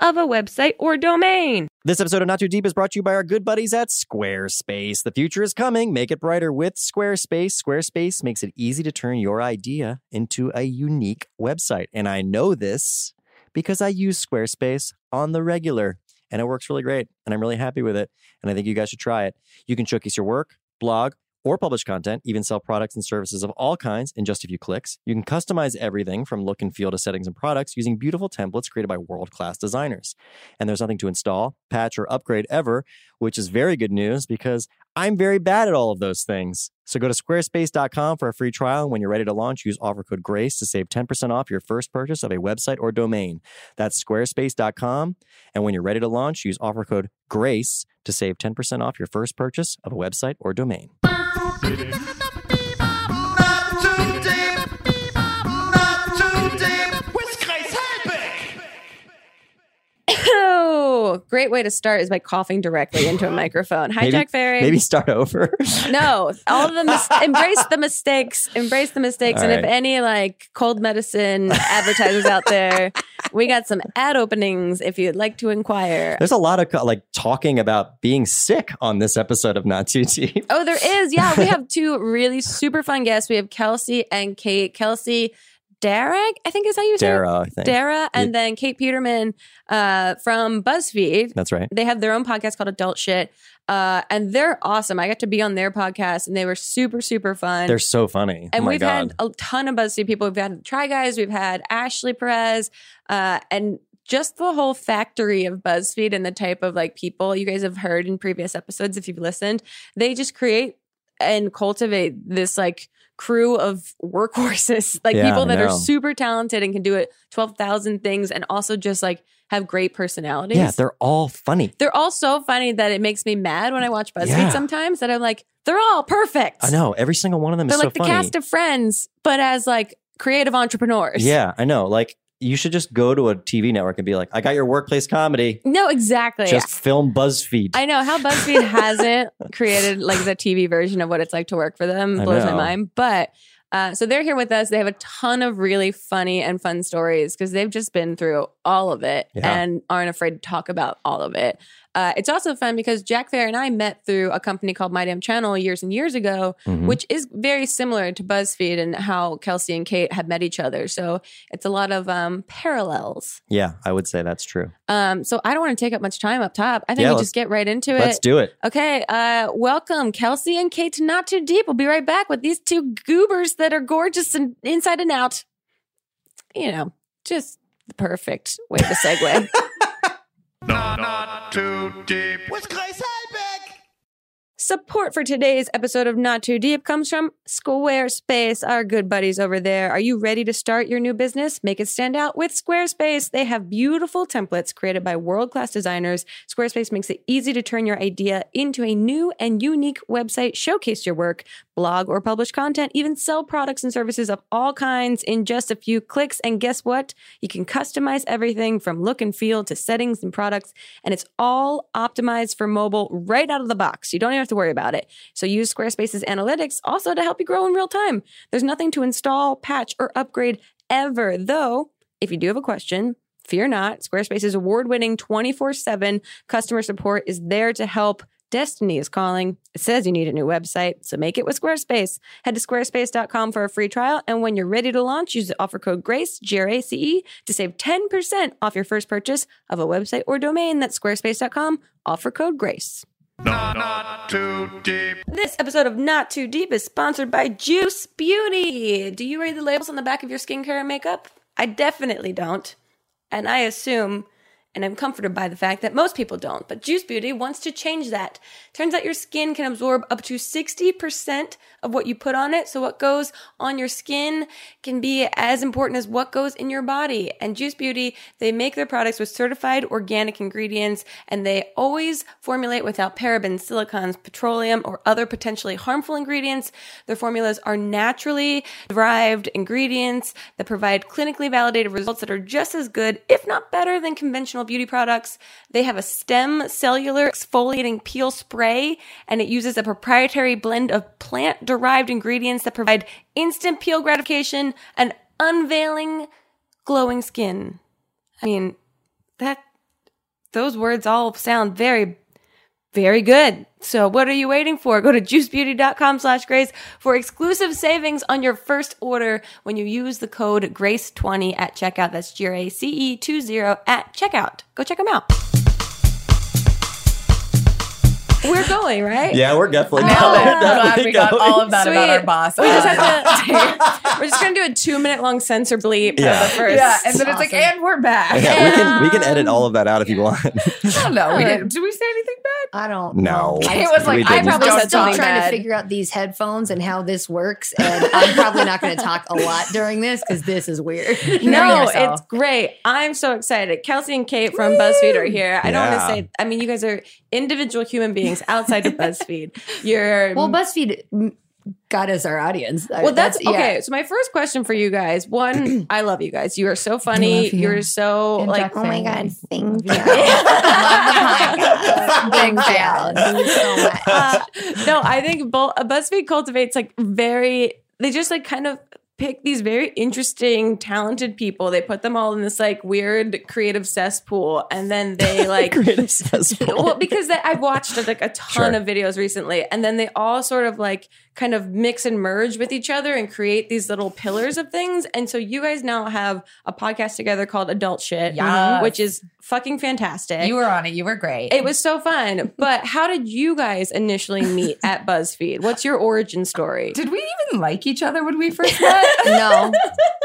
of a website or domain. This episode of Not Too Deep is brought to you by our good buddies at Squarespace. The future is coming. Make it brighter with Squarespace. Squarespace makes it easy to turn your idea into a unique website. And I know this because I use Squarespace on the regular and it works really great. And I'm really happy with it. And I think you guys should try it. You can showcase your work, blog, or publish content, even sell products and services of all kinds in just a few clicks. You can customize everything from look and feel to settings and products using beautiful templates created by world class designers. And there's nothing to install, patch, or upgrade ever, which is very good news because I'm very bad at all of those things. So go to squarespace.com for a free trial. And when you're ready to launch, use offer code GRACE to save 10% off your first purchase of a website or domain. That's squarespace.com. And when you're ready to launch, use offer code GRACE to save 10% off your first purchase of a website or domain. Not too deep. Not too deep. With Grace Helbig. Oh, great way to start is by coughing directly into a microphone. Hi, Maybe- Jack Ferry. Maybe start over. No, all of the mis- embrace the mistakes, embrace the mistakes, All and if right. any like cold medicine advertisers out there, we got some ad openings if you'd like to inquire. There's a lot of co- like talking about being sick on this episode of Not Too Deep. Oh, there is. Yeah, we have two really super fun guests. We have Kelsey and Kate. Kelsey Darag, I think is how you say it. Dara, I think. Dara, Yeah. and then Kate Peterman uh, from BuzzFeed. That's right. They have their own podcast called Adult Shit, uh, and they're awesome. I got to be on their podcast, and they were super, super fun. They're so funny. and oh my we've God. had a ton of BuzzFeed people. We've had Try Guys, we've had Ashley Perez, uh, and just the whole factory of BuzzFeed and the type of like people you guys have heard in previous episodes if you've listened. They just create and cultivate this like crew of workhorses, like Yeah, I people that are know. super talented and can do it twelve thousand things, and also just like have great personalities. yeah, they're all funny. They're all so funny that it makes me mad when I watch BuzzFeed Yeah. sometimes that I'm like, they're all perfect. I know. Every single one of them They're is like so the funny. cast of friends, but as like creative entrepreneurs. yeah, I know. Like you should just go to a TV network and be like, I got your workplace comedy. No, exactly. Just film BuzzFeed. I know how BuzzFeed hasn't created like the TV version of what it's like to work for them I blows my know. mind. But uh, so they're here with us. They have a ton of really funny and fun stories because they've just been through all of it Yeah. and aren't afraid to talk about all of it. Uh, it's also fun because Jack Fair and I met through a company called My Damn Channel years and years ago, Mhm. which is very similar to BuzzFeed and how Kelsey and Kate had met each other. So it's a lot of um, parallels. yeah, I would say that's true. Um, so I don't want to take up much time up top. I think Yeah, we let's- just get right into it. Let's do it. Okay, uh, welcome, Kelsey and Kate to Not Too Deep. We'll be right back with these two goobers that are gorgeous and inside and out. You know, just the perfect way to segue. Not too deep. With Grace Helbig. Support for today's episode of Not Too Deep comes from Squarespace, our good buddies over there. Are you ready to start your new business? Make it stand out with Squarespace. They have beautiful templates created by world class designers. Squarespace makes it easy to turn your idea into a new and unique website, showcase your work, blog, or publish content, even sell products and services of all kinds in just a few clicks. And guess what? You can customize everything from look and feel to settings and products, and it's all optimized for mobile right out of the box. You don't even have to worry about it. So use Squarespace's analytics also to help you grow in real time. There's nothing to install, patch, or upgrade ever, though, if you do have a question, Fear not, Squarespace's award winning 24 7 customer support is there to help. Destiny is calling. It says you need a new website, so make it with Squarespace. Head to squarespace.com for a free trial, and when you're ready to launch, use the offer code GRACE, G R A C E, to save 10% off your first purchase of a website or domain. That's squarespace.com, offer code GRACE. Not too deep. This episode of Not Too Deep is sponsored by Juice Beauty. Do you read the labels on the back of your skincare and makeup? I definitely don't. And I assume and I'm comforted by the fact that most people don't. But Juice Beauty wants to change that. Turns out your skin can absorb up to 60% of what you put on it. So what goes on your skin can be as important as what goes in your body. And Juice Beauty, they make their products with certified organic ingredients and they always formulate without parabens, silicons, petroleum, or other potentially harmful ingredients. Their formulas are naturally derived ingredients that provide clinically validated results that are just as good, if not better, than conventional beauty products. They have a stem cellular exfoliating peel spray, and it uses a proprietary blend of plant derived ingredients that provide instant peel gratification and unveiling glowing skin. I mean, that those words all sound very very good. So what are you waiting for? Go to juicebeauty.com slash grace for exclusive savings on your first order when you use the code GRACE20 at checkout. That's G-R-A-C-E-20 E at checkout. Go check them out. We're going, right? Yeah, we're definitely Now we're that I'm glad definitely we got going. all of that about Sweet. our boss. We just have to, we're just going to do a two minute long censor bleep Yeah. of the first. yeah, and then it's like, Awesome. and we're back. Yeah, we can we can edit all of that out if you want. I don't know. We didn't, did we say anything bad? I don't No. know. It We was like I didn't. probably I'm Don't said still talk trying something. bad. to figure out these headphones and how this works, and I'm probably not going to talk a lot during this because this is weird. No, it's great. I'm so excited. Kelsey and Kate from BuzzFeed are here. I don't want Yeah. to say. I mean, you guys are individual human beings outside of BuzzFeed. You're well, BuzzFeed mm, got us our audience. I- well, that's, yeah. okay. So my first question for you guys: one, I love you guys. You are so funny. love you. You. are so And like. Jack Fanny. thank Love the podcast. Big fan. Thank you so much. uh, no, I think Bull, uh, BuzzFeed cultivates like very. They just like kind of pick these very interesting, talented people. They put them all in this like weird creative cesspool, and then they like Creative cesspool. well, because they, I've watched like a Sure. ton of videos recently, and then they all sort of like kind of mix and merge with each other and create these little pillars of things. And so you guys now have a podcast together called Adult Shit, Yes. which is fucking fantastic. You were on it. You were great. it was so fun. But how did you guys initially meet at BuzzFeed? What's your origin story? did we even like each other when we first met? no,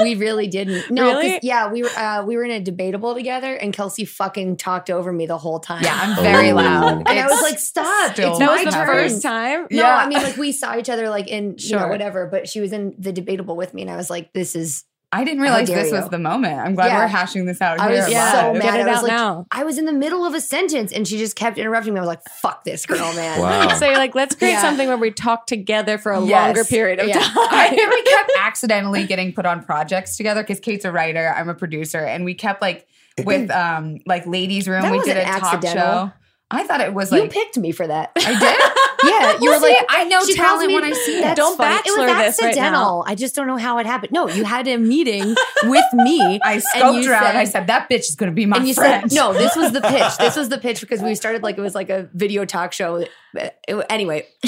we really didn't. No, 'cause, Really? yeah, we were uh, we were in a debatable together, and Kelsey fucking talked over me the whole time. yeah, I'm very Oh. loud. and I was It's like, "Stop! still It's that was my the happening. turn." first time. No, Yeah. I mean, like we saw each other like in you Sure. know whatever, but she was in the debatable with me, and I was like, "This is." I didn't realize dare this was you. the moment. I'm glad Yeah. we're hashing this out. I here was live. so mad. Get it I was out like- now. I was in the middle of a sentence, and she just kept interrupting me. I was like, "Fuck this girl, man!" Wow. So you're like, let's create Yeah. something where we talk together for a Yes. longer period of Yeah. I time. think we kept accidentally getting put on projects together because Kate's a writer, I'm a producer, and we kept like with um like ladies' room. That we did wasn't a talk accidental. show. I thought it was You like picked me for that. I did. yeah, you were See, like, I know she tells talent me- when I see it. Don't funny. It was bachelor this right accidental. I just don't know how it happened. No, you had a meeting with me. I you scoped her out. and I said- said that bitch is going to be my and you friend. said no this was the pitch this was the pitch because we started like it was like a video talk show Uh, anyway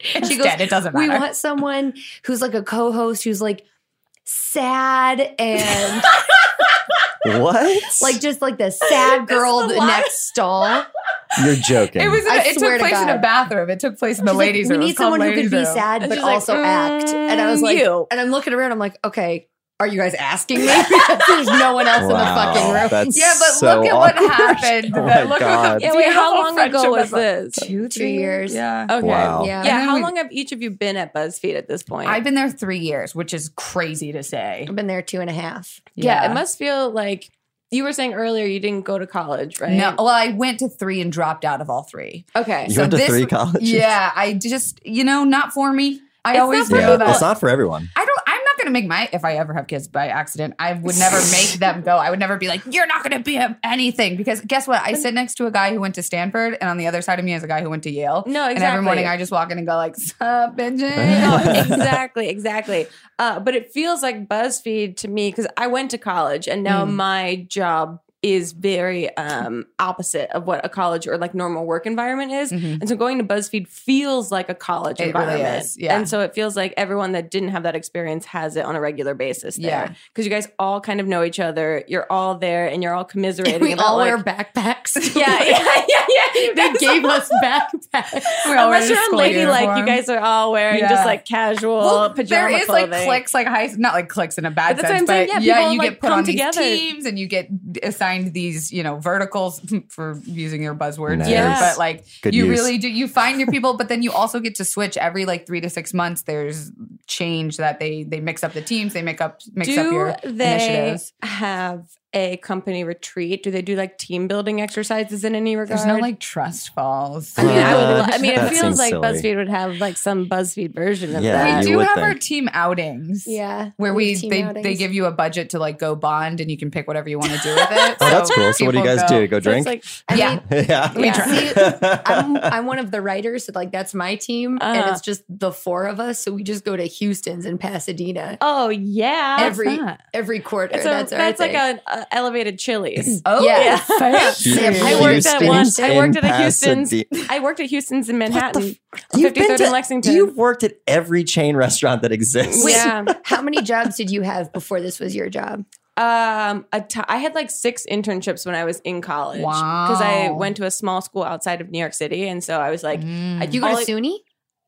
It's she goes, dead. It doesn't we matter. want someone who's like a co-host who's like sad and what? like just like the sad girl the the line. next stall You're joking. it was. In a, I it swear took to place in a God. bathroom. It took place in the She's like, ladies' we room. need It's called someone who ladies' could be room. sad And but she's like, also act and i was like "Mm, you." Oh and i'm looking around i'm like okay are you guys asking me there's no one else in Wow, the fucking room That's Yeah, but so look at awkward. what happened. Oh That- my look God. At the Yeah, wait, how beautiful long ago friendship was of- this? two three years Yeah. Okay. Wow. Yeah. Yeah, And then how we- long have each of you been at BuzzFeed at this point? I've been there three years, which is crazy to say. i've been there two and a half yeah. it must feel like you were saying earlier you didn't go to college, right? No, well, I went to three and dropped out of all three. Okay. You So went to this- three colleges. Yeah, I just, you know, not for me. I It's not always for know Yeah, people. it's that. not for everyone. I don't. I'm not going to make my if I ever have kids by accident. I would never make them go. I would never be like, you're not going to be a- anything because guess what? I sit next to a guy who went to Stanford, and on the other side of me is a guy who went to Yale. No, And every morning exactly. I just walk in and go like, No, sup, bitches. exactly, exactly. Uh, but it feels like BuzzFeed to me because I went to college and now Mm. my job is very um, opposite of what a college or like normal work environment is. Mhm. And so going to BuzzFeed feels like a college It really environment. is, yeah. And so it feels like everyone that didn't have that experience has it on a regular basis there. Yeah. Because you guys all kind of know each other. You're all there and you're all commiserating. we about, all like, wear backpacks backpacks. Yeah, yeah, yeah, yeah. They gave us backpacks. We're all Unless wearing you're a school lady like you uniform. guys are all wearing Yeah. just like casual Well, pajama there is clothing. like cliques, like high, not like cliques in a bad But that's what sense, I'm saying, but yeah, yeah, people, you like, get put come on together. these teams and you get assigned these, you know, verticals for using your buzzwords Nice. here. Yes. But like, Good you use. really do, you find your people, but then you also get to switch every like three to six months. There's change that they they mix up the teams, they make up mix up do your they initiatives. have a company retreat? Do they do like team building exercises in any regard? There's no like trust falls. I mean, I, would lo- I Fudge. mean, it That feels seems like silly. BuzzFeed would have like some BuzzFeed version of Yeah, that. we you do would have think. our team outings. Yeah. Where we team they, they outings. give you a budget to like go bond and you can pick whatever you want to do with it. Oh, that's cool. So what do you people guys do? Go So it's drink? like, I Yeah. mean, yeah. We Yeah. drank. I'm, I'm one of the writers, so like that's my team, and Uh. Uh-huh. it's just the four of us. So we just go to Houston's and Pasadena oh yeah, Every- That's, every quarter. it's a, that's that's, our like thing. an uh, elevated Chili's. Oh, Yeah. I worked at one- Houston's I worked in at a Houston's- Pasadena. I worked at Houston's in What the Manhattan, You've been 53rd to- in Lexington. You've worked at every chain restaurant that exists. Wait. yeah, How many jobs did you have before this was your job? um, a t- I had like six internships when I was in college because I Wow. went to a small school outside of New York City, and so I was like, Mm. I You go all to I- SUNY?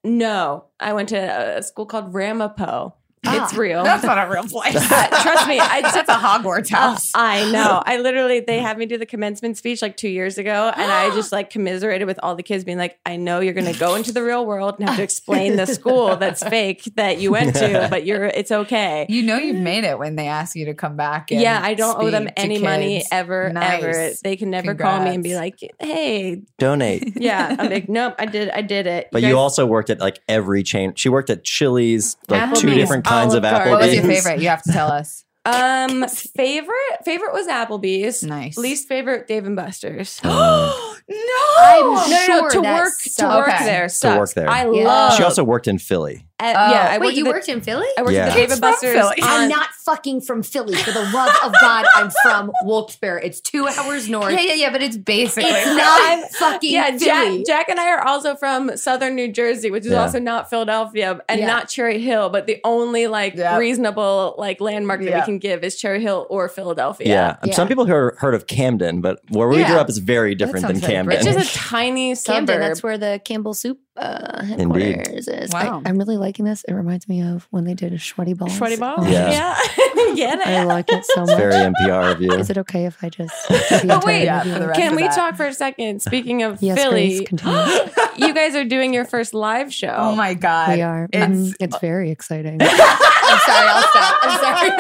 Mm-hmm. No, I went to a school called Ramapo. Ah. it's real. That's not a real place. Trust me, I- that's a Hogwarts Uh, house. I know. I literally they had me do the commencement speech like two years ago, and I just like commiserated with all the kids, being like, "I know you're going to go into the real world and have to explain the school that's fake that you went to, but you're it's okay." you know you've made it when they ask you to come back. And Yeah, I don't owe them speak to any money kids. ever, Nice. ever. They can never call me and be like, Congrats. "Hey, Donate. yeah." I'm like, "Nope, I did, I did it." But you also worked at like every chain. She worked at Chili's, like two Applebee's, different kinds of Olive Applebee's. Garden. what was your favorite? You have to tell us. um favorite favorite was Applebee's. Nice. Least favorite Dave and Buster's. Oh, I'm no, no, sure to that work to sucks. work Okay. there. To work sucks. there. I Yeah. Oh, love. She also worked in Philly. uh, yeah, I Wait, worked at you the- worked in Philly? I worked at Yeah. the Dave and From Buster's. Philly. on- I'm not fucking from Philly. For the love of God, I'm from Wilkes-Barre. It's two hours north. yeah, yeah, yeah, but it's basically It's I'm- not fucking yeah, Philly. Jack, Jack and I are also from southern New Jersey, which is Yeah. also not Philadelphia and Yeah. not Cherry Hill, but the only like Yeah. reasonable like landmark that Yeah. we can give is Cherry Hill or Philadelphia. Yeah. Yeah. Some people heard, heard of Camden, but where we Yeah. grew up is very different than sounds very Camden. It's British. just a tiny suburb. Camden, that's where the Campbell Soup uh, Indeed. headquarters is. Wow. I, am really liking this. It reminds me of when they did a Schwetty Balls. Shreddy Oh, Ball. Yeah. Yeah. Get I it. like it so It's much. very NPR of you. Is it okay if I just? give you a But wait, tiny yeah, for review? the rest Can of we that. talk for a second? Speaking of Yes, Philly, Grace, continue. you guys are doing your first live show. Oh my god. we are. It's Mhm, It's very exciting. I'm sorry, I'll stop. I'm sorry.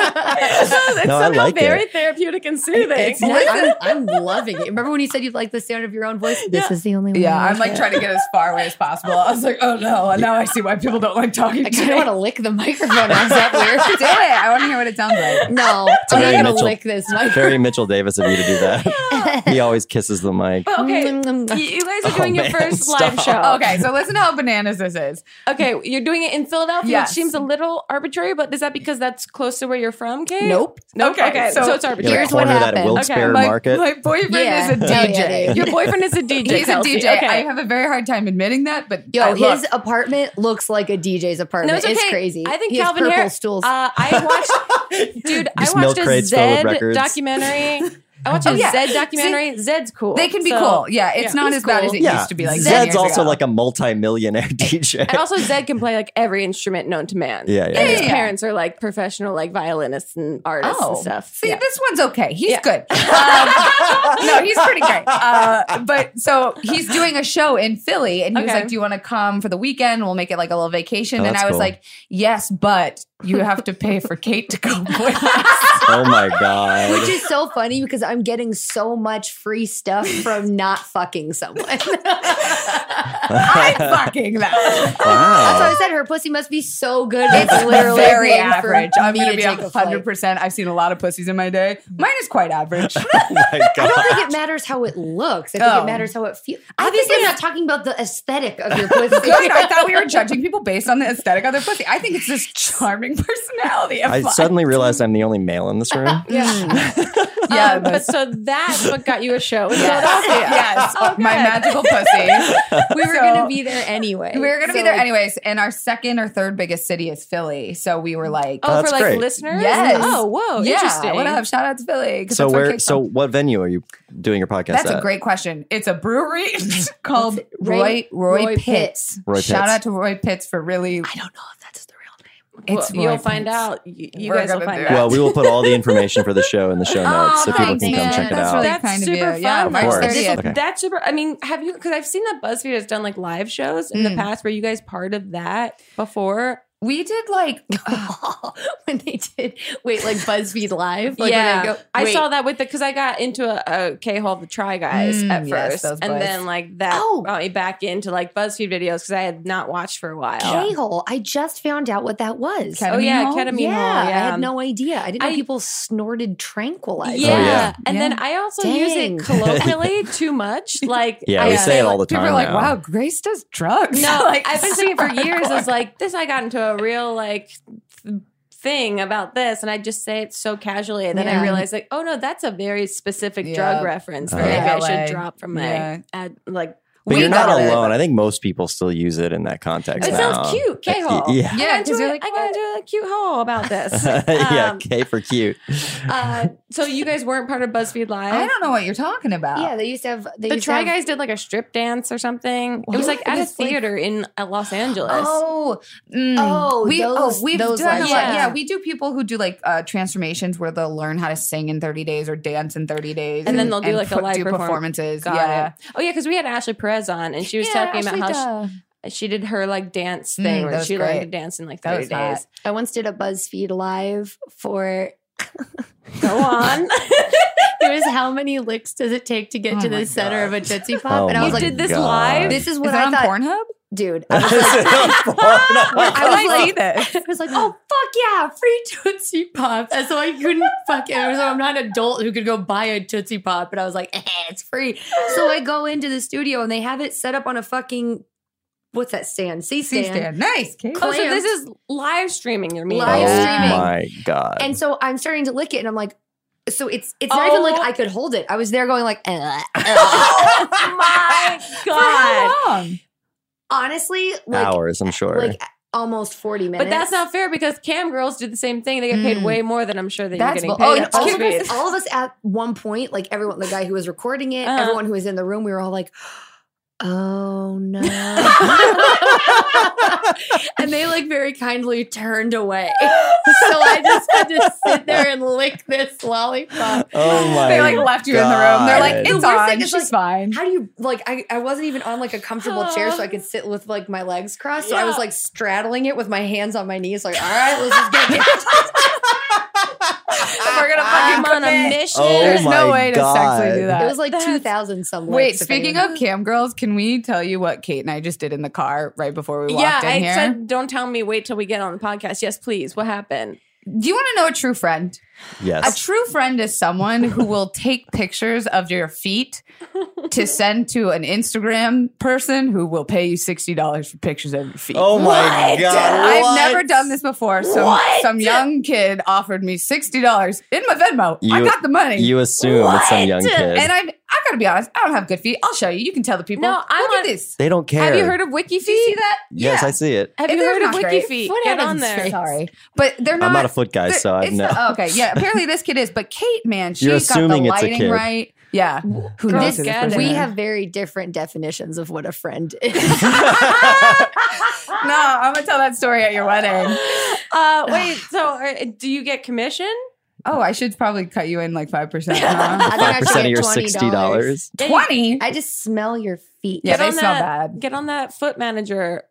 it's No, I somehow like very it. therapeutic and soothing. It's not- I'm, I'm loving it. Remember when you said you like the sound of your own voice? This is the only one. Yeah, I I'm like trying to get as far away as possible. I was like, oh no, and now I see why people don't like talking I to kind me. of want to lick the microphone. Is that weird? Do it. I want to hear what it sounds like. No, a I'm not very going to Mitchell- lick this microphone. very Mitchell Davis of you to do that. he always kisses the mic. But okay, Mm, mm, mm. you you guys Oh, are doing your man, first stop. live show. Okay, so listen to how bananas this is. Okay, you're doing it in Philadelphia, Yes. which seems a little arbitrary, but is that because that's close to where you're from, Kate? Nope. Nope. Okay, Okay, so- so, it's You're arbitrary. like Here's what cornered at happened. Wilkes-Barre Okay. My, Market. my boyfriend Yeah. is a Hell DJ. yeah, dude. Your boyfriend is a DJ. He's a Kelsey. DJ. Okay. I have a very hard time admitting that, but Yo, I his look. apartment looks like a DJ's apartment. no, it's, it's okay. crazy. I think he Calvin has purple Harris. stools. Uh, I watched, dude. I Just milk watched a crates filled with Zed records. documentary. I watched a Oh, yeah. Zed documentary. Zed's cool. they can be So- cool. Yeah, it's Yeah. not He's as bad cool. as it yeah. used to be. Like 10 Zed's years also ago. like a multi-millionaire DJ. And also, Zed can play like every instrument known to man. Yeah, yeah, And his yeah, yeah. parents are like professional, like violinists and Oh. artists and stuff. Oh, See, Yeah. this one's okay. He's Yeah. good. Um, no, he's pretty great. Uh, but so he's doing a show in Philly, and he was Okay. like, "Do you want to come for the weekend? We'll make it like a little vacation." Oh, and that's I was cool. like, "Yes, but you have to pay for Kate to come with us." oh my god. which is so funny because I'm getting so much free stuff from not fucking someone. That's I'm fucking that. why wow. I said her pussy must be so good. It's literally Very made for average. I'm me going to be take a hundred flight. percent. I've seen a lot of pussies in my day. Mine is quite average. Oh my I don't god. think it matters how it looks. I think Oh. it matters how it feels. Obviously, I'm not talking about the aesthetic of your pussy. Good. I thought we were judging people based on the aesthetic of their pussy. I think it's this charming shattering personality. of I mine. suddenly realized I'm the only male in this room. yeah, Yeah, yeah, Um, but so that's what got you a show. in yes, Philadelphia. yes. Okay. my magical pussy. we were So- going to be there anyway. We were gonna be So, there like- anyways, and our second or third biggest city is Philly, so we were like, Oh, That's for like great. listeners. Yes. Oh, whoa. yeah, interesting. What up? Shout out to Philly. 'cause So that's where where? Kate's So from. what venue are you doing your podcast that's at? a great question. It's a brewery called Roy Ray- Roy, Roy Pitts. Roy Shout Pitts. out to Roy Pitts for really. I don't know if that's the real name. It's Well, you'll Roy find Pitts. out. You, you We're guys will gonna find do out. it. Well, we will put all the information for the show in the show notes so people thanks, can come man. check it Oh, That's out. really That's kind of super you. fun. Yeah, though. March Of course. 30th. Okay. That's super. I mean, have you? Because I've seen that BuzzFeed has done like live shows in the Mm. past. Were you guys part of that before? We did like Mm. when they did wait, like BuzzFeed Live. Like, when yeah, they go- I wait. saw that with the because I got into a, a K hole of the Try Guys Mm, at yes, first, those and boys. then like that Oh. brought me back into like BuzzFeed videos because I had not watched for a while. K-hole. I just found out what that was. Ketamine oh yeah, hole? ketamine yeah, hole. Yeah, I had no idea. I didn't know I- people snorted tranquilizers. Yeah. Oh, yeah. and Yeah. then I also use Dang. it colloquially too much. Like Yeah, I we say it all the people are time like, now. wow, Grace does drugs. No, like I've been saying it for super years. hardcore. It's like this. I got into a real like th- thing about this, and I just say it so casually, and then I Yeah. realized like, oh no, that's a very specific Yeah. drug reference. that Very Maybe I LA. should drop from my Uh-huh. Yeah. ad, like. But We you're not got it. alone. I think most people still use it in that context. It now. sounds cute, K hole. Yeah. Yeah, I got 'cause into, you're a- like, I got into a cute hole about this. yeah, Um, K for cute. uh, so you guys weren't part of BuzzFeed Live. I don't know what you're talking about. Yeah, they used to have they the used Try to have, Guys did like a strip dance or something. It What? was like at It a was like- theater in uh, Los Angeles. Oh, mm. Oh, we those- oh, we've those done a live lot- shows. Yeah. we do people who do like uh, transformations where they'll learn how to sing in thirty days or dance in thirty days, And then they'll do, like, a per- live do perform- performances. Got yeah, it. Oh yeah, because we had Ashley Perez on, and she was Yeah, talking Ashley about how Duh. she, she did her like dance thing Mm, that where was she learned to great. dance in like That thirty was hot. days. I once did a BuzzFeed Live for Go on. it was how many licks does it take to get Oh to my the center of a Tootsie Pop? Oh and I was my like, did this God. live? this is Is what that I on thought, Pornhub? dude. I was Is like, it on Pornhub? How do I was I like, see this? I was like, oh fuck yeah, free Tootsie Pop. And so I couldn't fuck it. So I'm not an adult who could go buy a Tootsie Pop. But I was like, eh, it's free. So I go into the studio and they have it set up on a fucking what's that stand? C stand. C-stand. Nice. Kate. oh, so this is live streaming. You're meeting. Live oh streaming. my god! And so I'm starting to lick it, and I'm like, so it's it's not even Oh. like I could hold it. I was there going like, eh, eh. Oh my For god. how long? honestly, like Hours, I'm sure. like almost 40 minutes. But that's not fair because cam girls do the same thing. They get paid Mm. way more than I'm sure that That's you're getting bu- oh, paid. yeah, at all of, BuzzFeed. us, all of us at one point, like everyone, the guy who was recording it, Uh-huh. everyone who was in the room, we were all like, oh no. and they like very kindly turned away. So I just had to sit there and lick this lollipop. oh my! They like left you in the room. They're like, God. it's The worst on. thing is, She's like, fine. How do you like? I, I wasn't even on like a comfortable chair, so I could sit with like my legs crossed. So I was Yeah. like straddling it with my hands on my knees, like, all right, let's just get it. We're gonna I'm fucking on a commit. mission. Oh There's no my way to God. sexually do that. It was like That's- two thousand some. Wait, licks, if speaking anything. of cam girls, can we tell you what Kate and I just did in the car right before we walked yeah, in I here? said, don't tell me. Wait till we get on the podcast. Yes, please. What happened? Do you want to know a true friend? A yes. true friend is someone who will take pictures of your feet to send to an Instagram person who will pay you sixty dollars for pictures of your feet. Oh my god! I've what? never done this before. Some some young kid offered me sixty dollars in my Venmo. I You- got the money. You assume it's some young kid. and I I gotta be honest, I don't have good feet. I'll show you. You can tell the people. No, Look I'm at on- this. they don't care. Have you heard of Do you see WikiFeet? that? Yes, Yeah. I see it. Have And you they're heard of not great. WikiFeet? Foot Get out of on his there. face. Sorry, but they're not. I'm not a foot guy, they're- so I've it's no. not- okay, yeah. Apparently this kid is, but Kate, man, she You're has got the assuming it's a lighting kid. right. Yeah, who Girls knows? who this get it. person We is? have very different definitions of what a friend is. Uh-huh. no. I'm gonna tell that story at your wedding. Uh, wait. So, uh, do you get commission? Oh, I should probably cut you in like five percent. I think I Five should percent get of your $20. sixty dollars. Twenty. I just smell your feet. Yeah, Get they on smell that- bad. Get on that foot manager.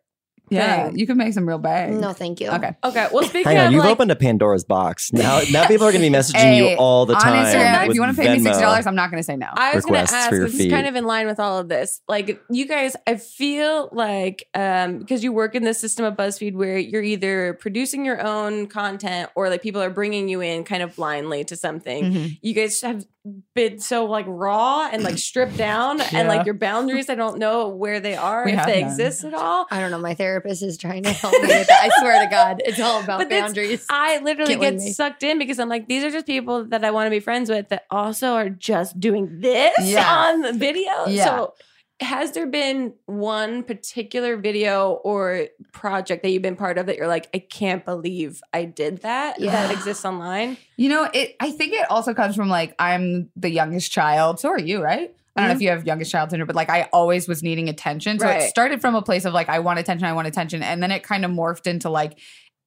Yeah, thing. you can make some real bang. No, thank you. Okay. Okay. Well, speaking Hang on, of you've like, opened a Pandora's box. Now, now people are going to be messaging Hey, you all the On time. Instagram, if with you want to pay me Venmo. sixty dollars, I'm not gonna say no. I was going requests to for ask. your This is kind feet. of in line with all of this. Like, you guys, I feel like um, because you work in this system of BuzzFeed where you're either producing Mm. your own content or like people are bringing you in kind of blindly to something. Mhm. You guys have been so like raw and like stripped down and Yeah. like your boundaries I don't know where they are We if have they none. exist at all. I don't know. My therapist is trying to help me with that. I swear to God, it's all about But that's- boundaries. I literally Killing get me. sucked in because I'm like, these are just people that I want to be friends with that also are just doing this Yeah. on the video. Yeah. So, has there been one particular video or project that you've been part of that you're like, I can't believe I did that? Yeah. That exists online? You know, it. I think it also comes from like I'm the youngest child. So are you, right? I don't know if you have youngest child syndrome, but like I always was needing attention. So Mm-hmm. Right. it started from a place of like I want attention, I want attention, and then it kind of morphed into like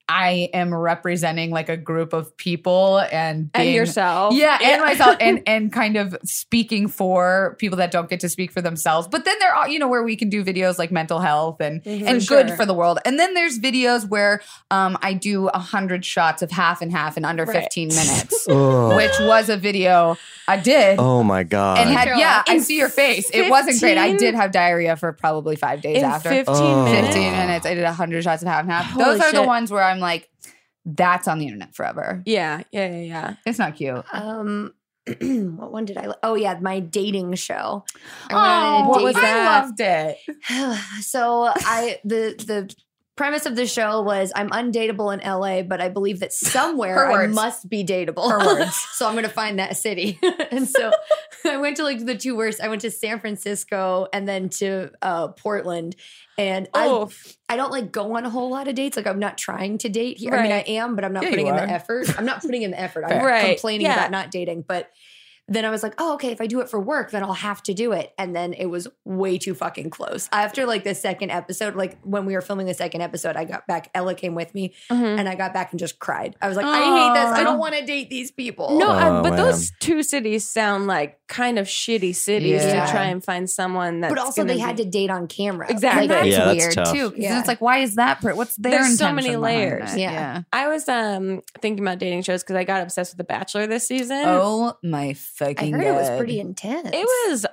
I am representing like a group of people and And being- yourself? yeah, and myself, and and kind of speaking for people that don't get to speak for themselves. But then there are, you know, where we can do videos like mental health and and Mm-hmm. For good sure. for the world. And then there's videos where um, I do a hundred shots of half and half in under Right. fifteen minutes, Oh, which was a video I did. oh my God. And had, yeah, I In see your face. It wasn't great. I 15? did have diarrhea for probably five days In after. 15 Oh. minutes. 15 minutes. I did 100 shots of half and half. Holy Those are the shit. ones where I'm like, that's on the internet forever. Yeah, yeah, yeah, yeah. It's not cute. um, what one did I? li- Oh yeah, my dating show. I Oh, what was date- I that? loved it. so I the the premise of the show was I'm undateable in LA, but I believe that Her somewhere I words. must be dateable. Her words. so I'm gonna find that city. and so I went to like the two worst. I went to San Francisco and then to uh, Portland. And Oh, I I don't like go on a whole lot of dates. Like I'm not trying to date here. I mean, I Right. am, but I'm not Yeah, you putting in are. the effort. I'm not putting in the effort. I'm Fair. Right. uh, complaining Yeah. about not dating, but. Then I was like, oh, okay, if I do it for work, then I'll have to do it. And then it was way too fucking close. After like the second episode, like when we were filming the second episode, I got back, Ella came with me, Mm-hmm. mhm. and I got back and just cried. I was like, I hate this. I Aw. don't want to date these people. No, uh, Oh, but man. those two cities sound like kind of shitty cities Yeah. to try and find someone that's But also, gonna they had be- to date on camera. Exactly. And that's Yeah, that's weird tough. too. Because Yeah. it's like, why is that? Per- what's their There's so intention many behind layers. it? Yeah. I was um thinking about dating shows because I got obsessed with The Bachelor this season. Oh my I fucking heard it god! was pretty intense. It was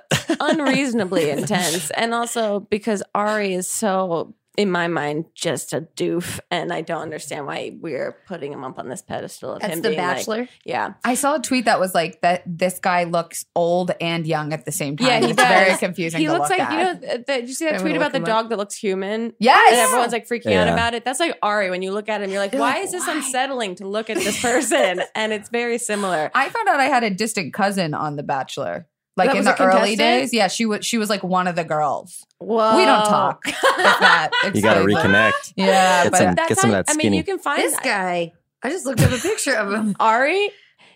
unreasonably intense. And also because Ari is so in my mind just a doof and I don't understand why we're putting him up on this pedestal of That's him The being like- Bachelor. yeah. I saw a tweet that was like that. This guy looks old and young at the same time. Yeah, he it's very does. confusing. He to looks look like at. you know th- th- did you see that I'm tweet gonna about the look him up. dog that looks human? Yes. And everyone's like freaking out Yeah. about it. That's like Ari. When you look at him, you're like, You're why like, is this why? unsettling to look at this person? and it's very similar. I found out I had a distant cousin on The Bachelor. Like That in was the a early contestant? days, yeah, she was she was like one of the girls. Whoa. We don't talk. It's not- it's you got to like- reconnect. Yeah, Get but some, That's get some of how- that I mean, skinny. you can find This that. guy. I just looked up a picture of him. Ari.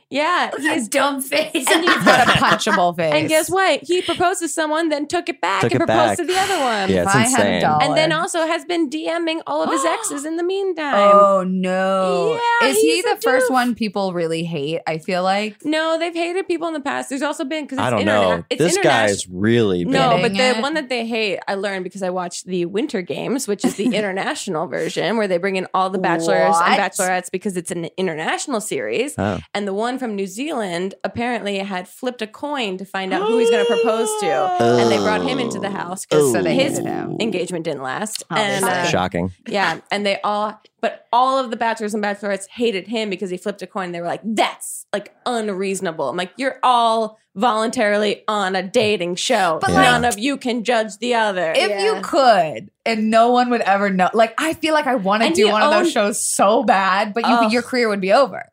Yeah. His dumb face. And he's got a punchable face. And guess what? He proposed to someone, then took it back Took and it proposed back. to the other one. yeah, it's If I had a insane. doll- And then also has been DMing all of his exes in the meantime. Oh no! Yeah, Is he he's the a first doof. one people really hate? I feel like No, they've hated people in the past. There's also been because I don't know. It's This guy is really big. No, but Getting the it. one that they hate, I learned because I watched the Winter Games, which is the international version where they bring in all the bachelors What? and bachelorettes because it's an international series. Oh. And the one from New Zealand apparently had flipped a coin to find out who he's going to propose to. And they brought him Oh. into the house because so they his hated him. engagement didn't last. Obviously. And uh, Shocking. yeah, and they all, but all of the bachelors and bachelorettes hated him because he flipped a coin. They were like, "That's like unreasonable." I'm like, "You're all voluntarily on a dating show. But, like- None of you can judge the other." if you Yeah. could, and no one would ever know. Like I feel like I want to And do he one of those owned- shows so bad, but you, Ugh. your career would be over.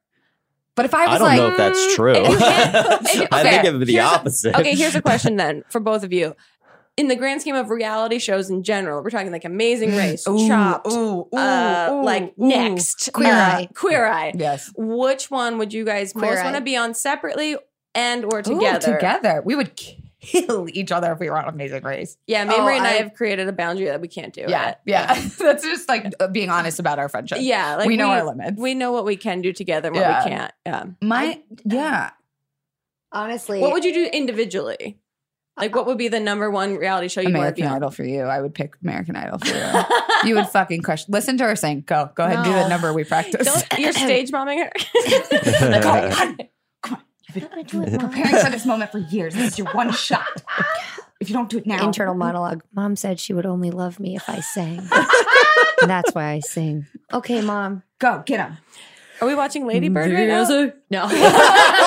But if I I was don't like, know if that's true. if you can't- if you- I okay, think it'd be the here's a- opposite. okay, here's a question then for both of you. In the grand scheme of reality shows in general, we're talking like Amazing Race, ooh, Chopped, ooh, ooh, uh, ooh, like ooh. Next, Queer uh, Eye. Queer Eye. yes, Which one would you guys Queer most Eye. want to be on separately and or Ooh, together? together, we would kill each other if we were on Amazing Race. Yeah, Mamrie Oh, and I, I- have created a boundary that we can't do. Yeah, it. yeah. that's just like uh, being honest about our friendship. Yeah, like we know our limits. We know what we can do together and Yeah. what we can't. Yeah. my yeah. Honestly, What would you do individually? Like, what would be the number one reality show you want to American be on? Idol for you. I would pick American Idol for you. you would fucking crush. Listen to her sing. Go, go ahead. Do the No. number we practiced. Don't, you're stage bombing her. Preparing for this moment for years. This is your one shot. If you don't do it now, internal monologue? Mom said she would only love me if I sang. And that's why I sing. Okay, mom. go get him. Mm, Are we watching Lady Bird right now? No.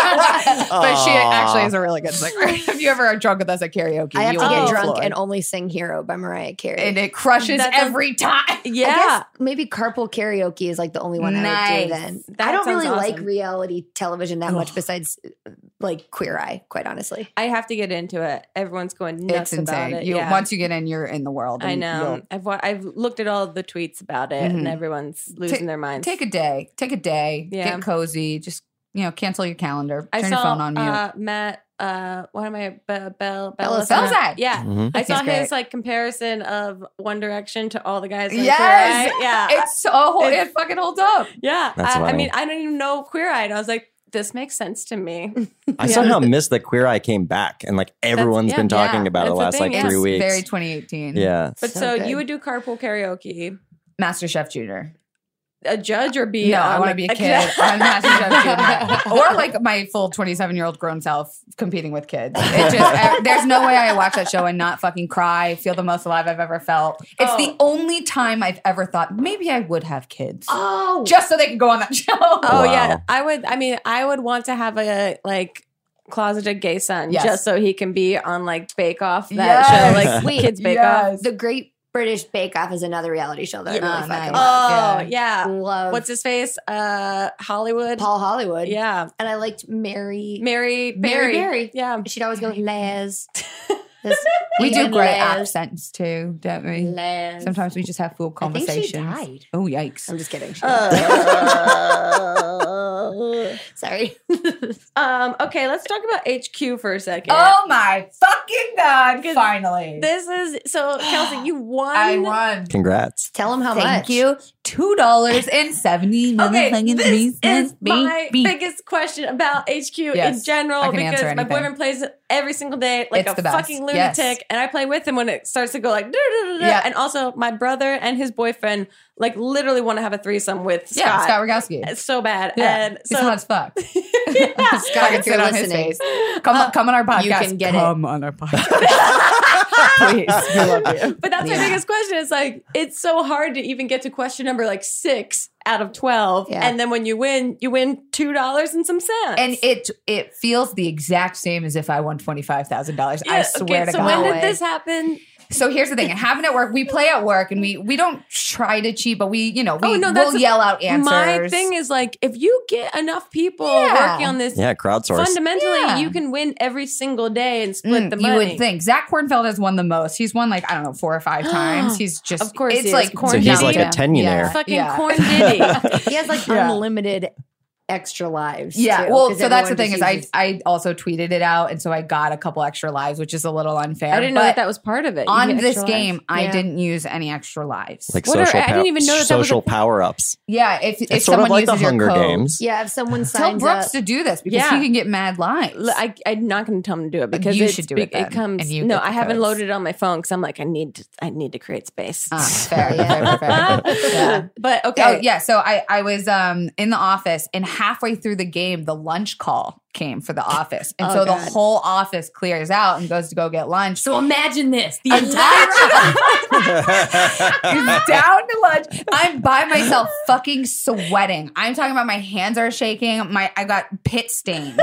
But she Aw. actually is a really good singer. if you ever are drunk with us at karaoke, I have you to will get be drunk floored. and only sing "Hero" by Mariah Carey. and it crushes That's a- every time. I yeah. guess maybe carpool karaoke is like the only one I would Nice. do then. That I don't really sounds like awesome. reality television that much besides uh, like Queer Eye, quite honestly. I have to get into it. Everyone's going nuts It's insane. about it. You yeah. once you get in, you're in the world. I and know. I've wa- I've looked at all the tweets about it, and Mhm. everyone's losing their you'll- minds. Take a day. Take a day. Yeah. Get cozy. Just you know, cancel your calendar. I turn saw your phone on mute. Uh, Matt. Uh, what am I? Be- Bell Bell Bellasana. Yeah, Mhm. I saw He's great. his like comparison of One Direction to all the guys. on Yes! Queer Eye. yeah, it's so whole, It's- it fucking holds up. yeah. That's I, I funny. mean, I don't even know Queer Eye, and I was like, this makes sense to me. I somehow missed that Queer Eye came back, and like everyone's yeah, been talking yeah. about it the That's last the like thing, three It's weeks. Very 2018. yeah, But So so, good. you would do carpool karaoke, Master Chef Junior. a judge or be? No, I um, want to be a kid on Master Chef Junior, or like my full 27 year old grown self competing with kids. It just I- there's no way I watch that show and not fucking cry, feel the most alive I've ever felt. It's Oh. the only time I've ever thought maybe I would have kids Oh, just so they can go on that show. Oh Wow. yeah, I would. I mean, I would want to have a like closeted gay son Yes. just so he can be on like Bake Off that Yes. show, like Wait, Kids Bake Off. Yes. the Great British Bake Off is another reality show that Yeah. I really Oh, fucking nice. uh, Oh Yeah. yeah. love. Love What's his face? Uh, Hollywood. Paul Hollywood? Yeah, and I liked Mary. Mary. Mary Berry. Berry. Yeah. She'd always go Les. This- we do Ian great Les. accents too, don't we? Les. Sometimes we just have full I think she conversations. died. Oh yikes! I'm just kidding. She- Uh. Uh, Sorry. um. Okay, let's talk about HQ for a second. Oh my fucking god! Finally, This is so Kelsey. You won. I won. congrats. Tell him how Thank much. you. Two dollars and seventy Okay, motherfucking this cents, is my baby. biggest question about HQ in Yes, I general can because answer my anything. boyfriend plays it every single day like It's a the best. fucking lunatic, Yes. and I play with him when it starts to go like. duh, duh, duh, duh. Yeah. And also, my brother and his boyfriend like literally want to have a threesome with Scott. Yeah, Scott Rogowski. It's so bad. Yeah, And he's hot so as fuck. Scott, I if can you're sit on his listening, face. Come, Uh, on, come on our podcast. you can get it. come on our podcast. Please, we love you. but that's my biggest question. It's like it's so hard to even get to question number like six out of twelve. Yeah. And then when you win, you win two dollars and some cents. And it it feels the exact same as if I won twenty five thousand dollars. I Yeah, swear okay, to so God. when No way. did this happen? So here's the thing: it happened at work. We play at work, and we we don't try to cheat, but we you know we Oh, no, that's will yell out answers. My thing is like if you get enough people Yeah. working on this, Yeah, crowdsource. fundamentally Yeah. you can win every single day and split Mm, the you money. would think Zach Kornfeld has won the most. He's won like I don't know four or five times. He's just Of course he it's is. like So he's like a Yeah. tenunaire. Fucking Yeah. corn diddy. he has like Yeah. unlimited extra lives. Yeah, too, well, 'cause so that's the everyone thing is just I uses- I also tweeted it out, and so I got a couple extra lives, which is a little unfair. I didn't know But that that was part of it. You on get this extra lives. game, I Yeah. didn't use any extra lives. Like What are- social, I didn't pow- even know that that was a social thing. power ups. yeah, if if It's sort someone of like the uses your Hunger code, Games. yeah, if someone tell signs Brooks up, to do this because Yeah. he can get mad lives. L- I, am not going to tell him to do it because You it's should do be- it then, comes. and you No, get the I haven't codes. loaded it on my phone because I'm like, I need to, I need to create space. Ah, fair, fair, fair, fair. Yeah. But okay, Oh yeah, so I I was um in the office and halfway through the game the lunch call came for the office. And Oh, so the God. whole office clears out and goes to go get lunch. So imagine this. The I'm entire It's down to lunch. I'm by myself, fucking sweating. I'm talking about my hands are shaking. My I got pit stains.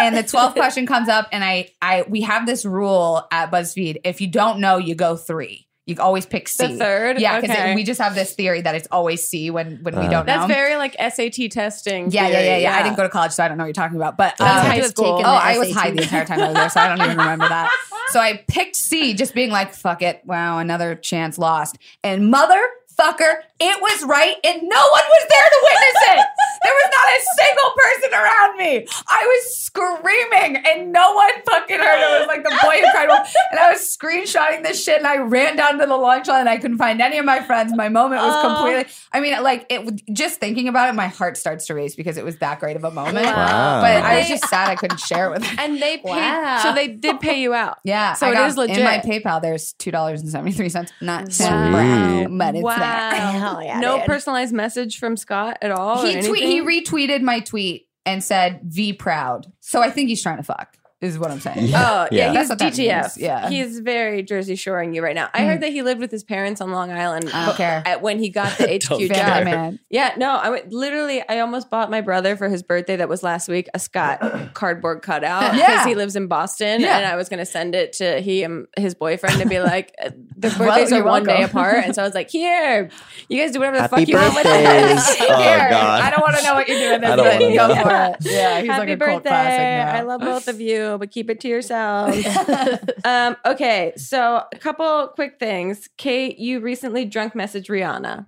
And the 12th question comes up, and I I we have this rule at BuzzFeed: if you don't know, you go three. You always pick C. the third. Yeah, because because we just have this theory that it's always C when when we Uh. don't know. that's very like SAT testing. Yeah, yeah, theory. yeah, yeah. I didn't go to college, so I don't know what you're talking about. But That's um, high school. Oh, I was high the entire time I was there, so I don't even remember that. So I picked C, just being like, "Fuck it, wow, another chance lost." And motherfucker, it was right, and no one was there to witness it. There was not a single person around me. I was screaming, and no one fucking heard. It was like the boy who cried wolf. And I was screenshotting this shit, and I ran down to the lunch line, and I couldn't find any of my friends. My moment was Aw. completely. I mean, like it. was- Just thinking about it, my heart starts to race because it was that great of a moment. Wow. But I was just sad I couldn't share it with. Her. and they paid. Wow. So they did pay you out. Yeah, So I it got- is legit. In my PayPal, there's two dollars and seventy three cents. Not Sweet. wow, but it's there. Hell yeah, no dude. personalized message from Scott at all. or He tweet, he anything? retweeted my tweet and said "V proud." So I think he's trying to fuck. is what I'm saying. Yeah. Oh, yeah, That's he's what that DTF. means, yeah. Hmm. He's very Jersey Shoring you right now. I heard that he lived with his parents on Long Island I don't care. at- when he got the HQ Don't job. care. Very mad. Yeah, no, I went, literally, I almost bought my brother for his birthday that was last week a Scott cardboard cutout because Yeah. he lives in Boston, Yeah. and I was going to send it to he and his boyfriend to be like, uh, the Well, birthdays you're are one day welcome. apart, and so I was like, here, you guys do whatever the Happy fuck you want with birthdays. this. Oh, Here. God. I don't want to know what you're doing. I This, don't but wanna go know. for it. Yeah, he's Happy like a birthday! cult classic now. I love both of you, but keep it to yourself. um, okay, so a couple quick things. Kate, you recently drunk messaged Rihanna.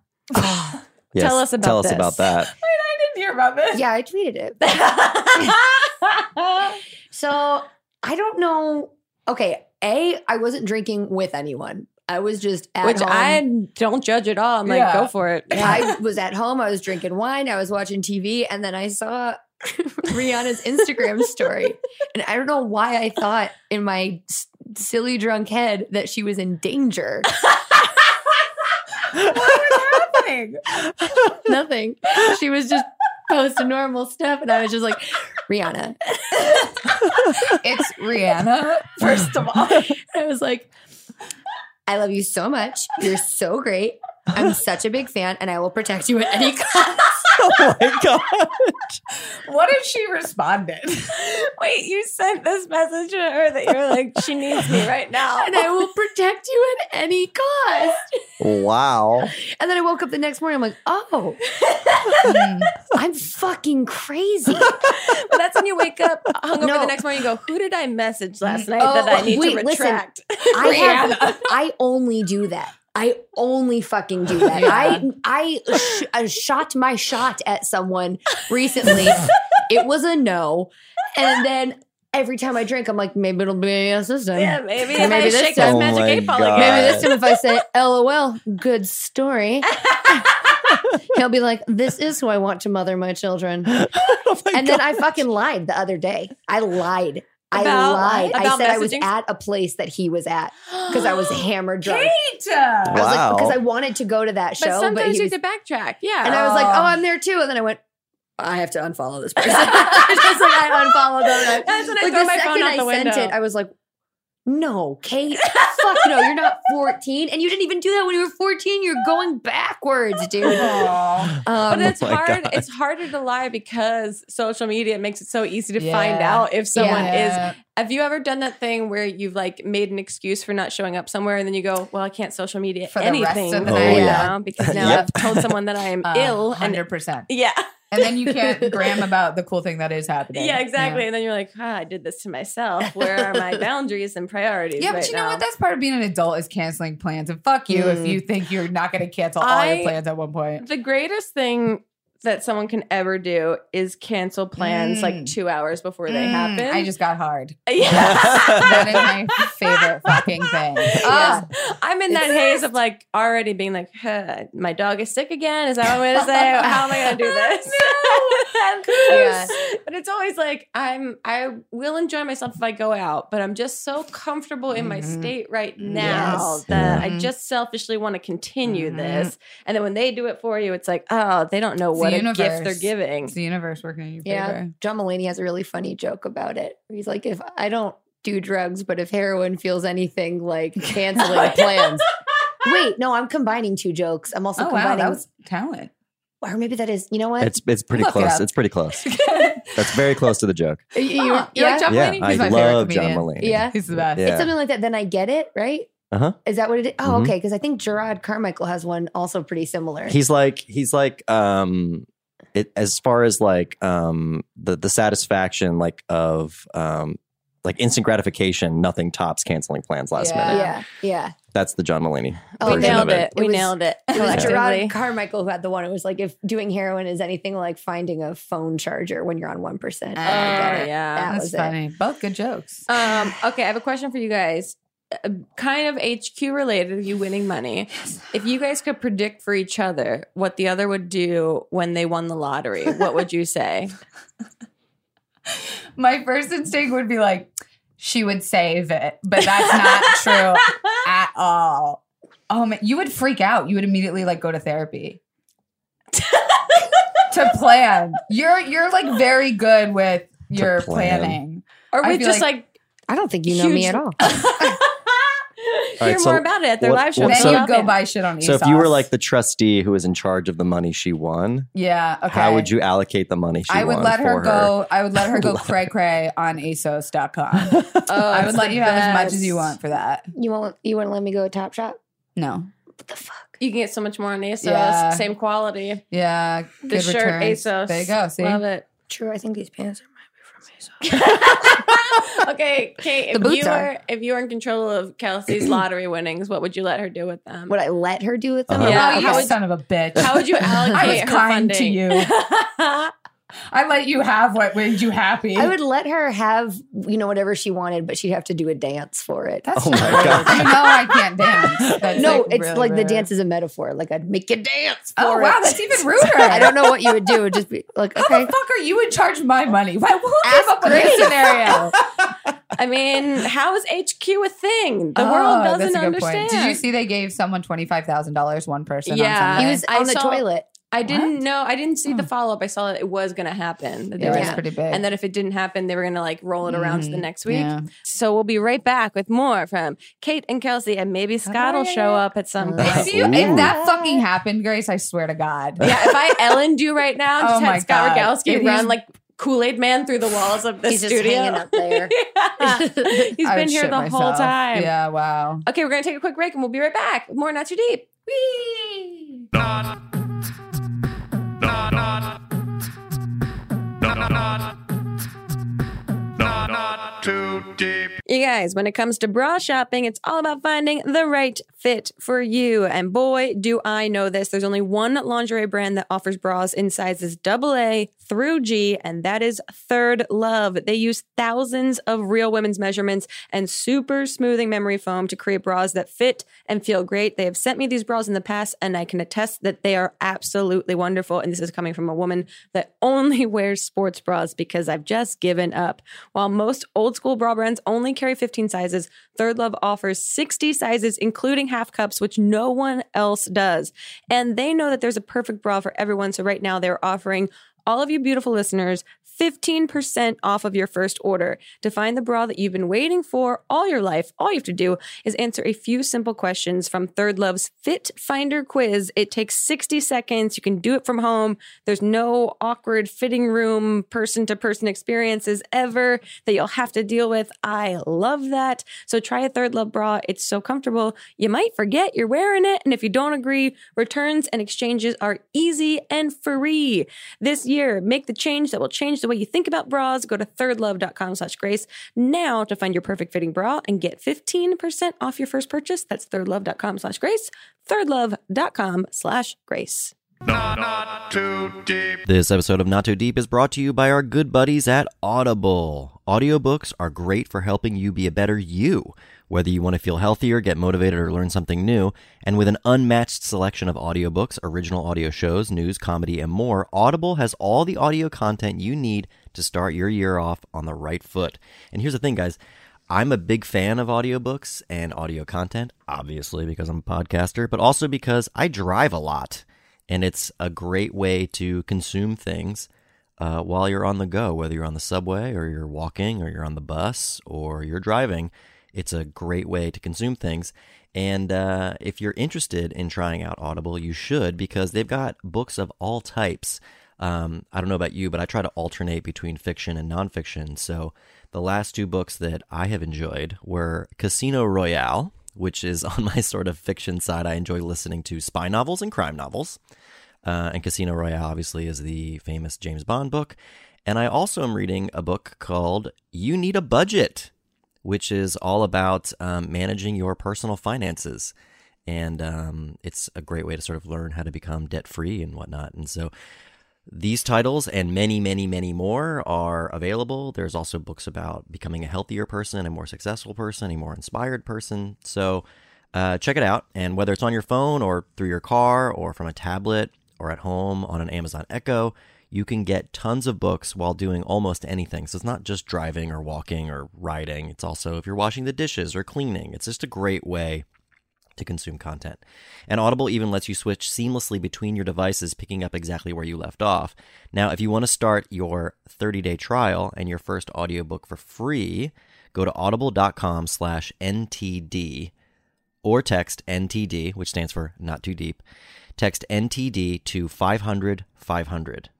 Yes, Tell us about Tell us this. about that. I didn't hear about this. Yeah, I tweeted it. so I don't know. Okay, a I wasn't drinking with anyone. I was just at Which home. I don't judge at all. I'm like, Yeah. go for it. I was at home. I was drinking wine. I was watching TV, and then I saw Rihanna's Instagram story, and I don't know why I thought in my s- silly drunk head that she was in danger. Nothing. She was just posting normal stuff, and I was just like, Rihanna. It's Rihanna, first of all. I was like, I love you so much. You're so great. I'm such a big fan, and I will protect you at any cost. oh my god! What if she responded? Wait, you sent this message to her that you're like, she needs me right now. And I will protect you at any cost. Wow. And then I woke up the next morning. I'm like, oh, Mm. I'm fucking crazy. But that's when you wake up hungover No. Oh, the next morning. You go, who did I message last Mm. night that I need wait, to listen. retract? I have, I only do that. I only fucking do that. Yeah. I I, sh- I shot my shot at someone recently. it was a no, and then every time I drink, I'm like, maybe it'll be a system. yeah, maybe Maybe if I this shake this time. Oh magic my eight ball God. again. Maybe this time, if I say "LOL," good story. He'll be like, "This is who I want to mother my children." Oh my god. and then I fucking lied the other day. I lied. I About- lied. I about said I was messaging? at a place that he was at because I was hammered drunk. Kate! I was like, Oh Wow. because I wanted to go to that show, But but, sometimes he you was, have to backtrack. and Yeah. I was like, Oh. "Oh, I'm there too," and then I went. I have to unfollow this person. Just like I unfollowed them. That's when I like throw the my phone second out I the sent window. it, I was like, "No, Kate, fuck no, you're not 14, and you didn't even do that when you were 14. You're going backwards, dude." Aw. but Um, it's my hard. God. It's harder to lie because social media makes it so easy to find Yeah. out if someone is Yeah. Have you ever done that thing where you've like made an excuse for not showing up somewhere and then you go, well, I can't social media For the rest anything of the night, right yeah. now because now Yep. I've told someone that I am Uh, ill and 100%. yeah, And then you can't gram about the cool thing that is happening. yeah, exactly. And then you're like, ah, I did this to myself. Where are my boundaries and priorities? Yeah, but right you know now?" what? That's part of being an adult is canceling plans. And fuck you if you think you're not going to cancel all I- your plans at one point. the greatest thing that someone can ever do is cancel plans like Mm. two hours before they Mm, happen. I just got hard. yeah. that is my favorite fucking thing. Yes. Ah, Um, I'm in that It's- haze of like already being like, huh, my dog is sick again. Is that what I'm going to say? How am I going to do this? Yeah. But it's always like I'm. I will enjoy myself if I go out, but I'm just so comfortable in my Mhm. state right now Yes. that I Mhm. just selfishly want to continue Mhm. this. And then when they do it for you, it's like, oh, they don't know It's what the a gift they're universe. giving. It's the universe working in your Yeah. favor. John Mulaney has a really funny joke about it. He's like, "If I don't do drugs, but if heroin feels anything like canceling plans." Wait, no, I'm combining two jokes. I'm also Oh, wow. combining, That was talent. or maybe that is. You know what? It's it's pretty Look it close. up. it's pretty close. That's very close to the joke. You- you- Ah, you yeah, like John yeah, Mulaney? I He's my favorite love John comedian. Mulaney. yeah. He's the best. Yeah. It's something like that. Then I get it, right? Uh-huh. Is that what it is? Oh, Mhm. okay. Because I think Gerard Carmichael has one also pretty similar. He's like he's like um it, as far as like um the the satisfaction like of um like instant gratification, nothing tops canceling plans last Yeah. minute. yeah, yeah. That's the John Mulaney. Oh, We version nailed of it. it. We It was- nailed it. It was collectively. Gerard Carmichael who had the one. It was like if doing heroin is anything like finding a phone charger when you're on one percent. Ah, Oh, That yeah. That That's was it. funny. Both good jokes. Um, okay, I have a question for you guys. Uh, kind of HQ related, you winning money. If you guys could predict for each other what the other would do when they won the lottery, what would you say? my first instinct would be like, she would save it, but that's not true at all. Oh man, you would freak out. You would immediately like go to therapy to plan. You're you're like very good with your plan. planning. Or I with feel just like- like, I don't think you know me Huge- at all. All hear right, so more about it at their what- live show. what- then so- you'd go buy shit on So ASOS. if you were like the trustee who was in charge of the money she won, yeah, okay. how would you allocate the money she I would won let her for go. I would let her go cray cray on Oh, ASOS.com. I would let you have as much as you want for that. You won't. You wouldn't let me go to Top Shop. No. What the fuck? You can get so much more on ASOS. Yeah. Same quality. Yeah. The good shirt returns. ASOS. There you go. See. Love it. True. I think these pants are might be from ASOS. okay, Kate. The If boots you are. were if you were in control of Kelsey's lottery winnings, what would you let her do with them? Would I let her do with them? Uh-huh. or Yeah, not? Oh, you how would- son of a bitch. How would you I was allocate her kind funding? to you. I let you have what made you happy. I would let her have you know whatever she wanted, but she'd have to do a dance for it. That's Oh not my right. God. You know I can't dance. That's no, like it's really like the rude. dance is a metaphor. Like I'd make you dance. For Oh, it. wow, that's even ruder. I don't know what you would do. It'd Just be like, How okay, the fuck are you in charge of my money? Why who came Ask up with this Grace. scenario? I mean, how is HQ a thing? The world Oh, that's doesn't a good point. understand. Did you see they gave someone twenty five thousand dollars one person? Yeah. on he Sunday? was I on the saw- toilet. I didn't know. I didn't see the Hmm. follow up. I saw that it was going to happen. that they were It was Yeah. gonna- pretty big. And that if it didn't happen, they were going to like roll it around to the Mhm. next week. Yeah. So we'll be right back with more from Kate and Kelsey, and maybe Scott will show up at some Alright. point. If, you, if Ooh. that fucking happened, Grace, I swear to God. yeah, if I Ellen do right now, just Oh my had Scott God. Rogowski He's- run like Kool Aid Man through the walls of the He's just studio. hanging up there. Yeah. He's I been would here shit the whole myself. time. Yeah, wow. Okay, we're gonna take a quick break, and we'll be right back. with More not too deep. Not too deep. You guys, when it comes to bra shopping, it's all about finding the right fit for you. And boy, do I know this. There's only one lingerie brand that offers bras in sizes AA through G, and that is Third Love. They use thousands of real women's measurements and super smoothing memory foam to create bras that fit and feel great. They have sent me these bras in the past, and I can attest that they are absolutely wonderful. And this is coming from a woman that only wears sports bras because I've just given up. While most old school bra brands only carry 15 sizes, Third Love offers 60 sizes, including half cups, which no one else does. And they know that there's a perfect bra for everyone. So right now they're offering all of you beautiful listeners 15% off of your first order. To find the bra that you've been waiting for all your life, all you have to do is answer a few simple questions from Third Love's Fit Finder quiz. It takes 60 seconds. You can do it from home. There's no awkward fitting room, person to person experiences ever that you'll have to deal with. I love that. So try a Third Love bra. It's so comfortable. You might forget you're wearing it. And if you don't agree, returns and exchanges are easy and free. This year, make the change that will change the way you think about bras. Go to thirdlove.com slash grace now to find your perfect fitting bra and get 15% off your first purchase. That's thirdlove.com slash grace, thirdlove.com slash grace. Not too deep. This episode of Not Too Deep is brought to you by our good buddies at Audible. Audiobooks are great for helping you be a better you, whether you want to feel healthier, get motivated, or learn something new. And with an unmatched selection of audiobooks, original audio shows, news, comedy, and more, Audible has all the audio content you need to start your year off on the right foot. And here's the thing, guys. I'm a big fan of audiobooks and audio content, obviously, because I'm a podcaster, but also because I drive a lot and it's a great way to consume things uh, while you're on the go, whether you're on the subway or you're walking or you're on the bus or you're driving. It's a great way to consume things. And uh, if you're interested in trying out Audible, you should because they've got books of all types. Um, I don't know about you, but I try to alternate between fiction and nonfiction. So the last two books that I have enjoyed were Casino Royale, which is on my sort of fiction side. I enjoy listening to spy novels and crime novels. Uh, and Casino Royale, obviously, is the famous James Bond book. And I also am reading a book called You Need a Budget, which is all about um, managing your personal finances. And um, it's a great way to sort of learn how to become debt free and whatnot. And so these titles and many, many, many more are available. There's also books about becoming a healthier person, a more successful person, a more inspired person. So uh, check it out. And whether it's on your phone or through your car or from a tablet or at home on an Amazon Echo, you can get tons of books while doing almost anything. So it's not just driving or walking or riding. It's also if you're washing the dishes or cleaning. It's just a great way to consume content. And Audible even lets you switch seamlessly between your devices, picking up exactly where you left off. Now, if you want to start your 30-day trial and your first audiobook for free, go to audible.com slash NTD or text NTD, which stands for not too deep. Text NTD to 500 500.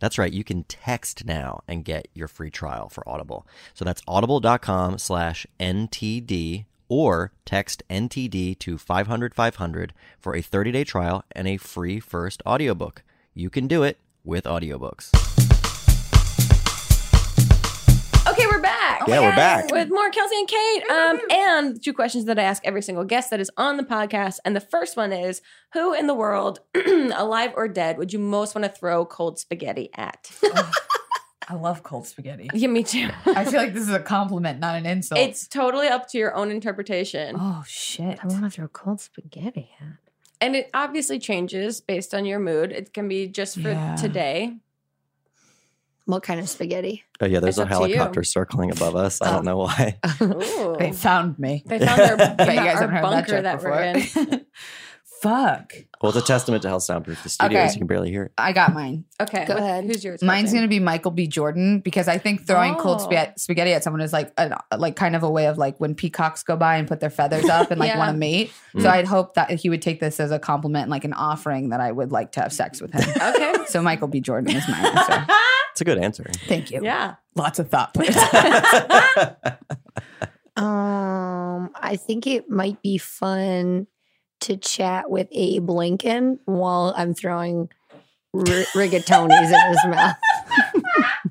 That's right, you can text now and get your free trial for Audible. So that's audible.com slash NTD or text NTD to 500 500 for a 30 day trial and a free first audiobook. You can do it with audiobooks. Okay, we're back. yeah, we're back. with more Kelsey and Kate. Um, and two questions that I ask every single guest that is on the podcast. And the first one is Who in the world, alive or dead, would you most want to throw cold spaghetti at? I love cold spaghetti. yeah, me too. I feel like this is a compliment, not an insult. It's totally up to your own interpretation. oh shit. I want to throw cold spaghetti at. And it obviously changes based on your mood. It can be just for Yeah. today. What kind of spaghetti? Oh, yeah, there's It's a up to you. Oh. helicopter circling above us. I don't know why. Ooh. They found me. They found our, But you guys our haven't heard that bunker joke that, we're in. before. Fuck. Well, it's a testament to how soundproof the studio Okay. is. You can barely hear it. I got mine. Okay, Go what- ahead. Who's yours? Mine's Kelsey? gonna be Michael B. Jordan because I think throwing cold Oh. spa- spaghetti at someone is like a, like kind of a way of like when peacocks go by and put their feathers up and like Yeah. want to mate. Mm. So I'd hope that he would take this as a compliment and like an offering that I would like to have sex with him. Okay. so Michael B. Jordan is my answer. It's a good answer. Thank you. Yeah. Lots of thought. put into it. I Um, I think it might be fun to chat with Abe Lincoln while I'm throwing r- rigatonis in his mouth.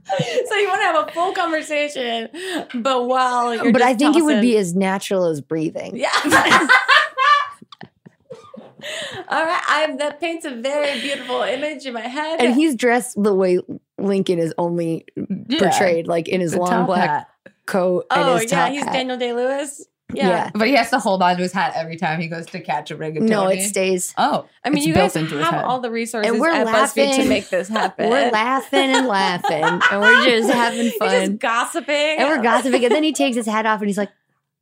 So you want to have a full conversation, but while you're But just I think it would tossing- be as natural as breathing. Yeah. All right, I that paints a very beautiful image in my head. And he's dressed the way Lincoln is only Yeah. portrayed, like in his The long top black hat. coat and oh his yeah, top he's hat. Daniel Day Lewis. Yeah. yeah. But he has to hold on to his hat every time he goes to catch a rigatoni. No, it stays. Oh, I mean, it's you built guys into his have head. all the resources we're at BuzzFeed to laughing. make this happen. We're laughing and laughing, and we're just having You're fun. just gossiping, and we're gossiping. And then he takes his hat off and he's like,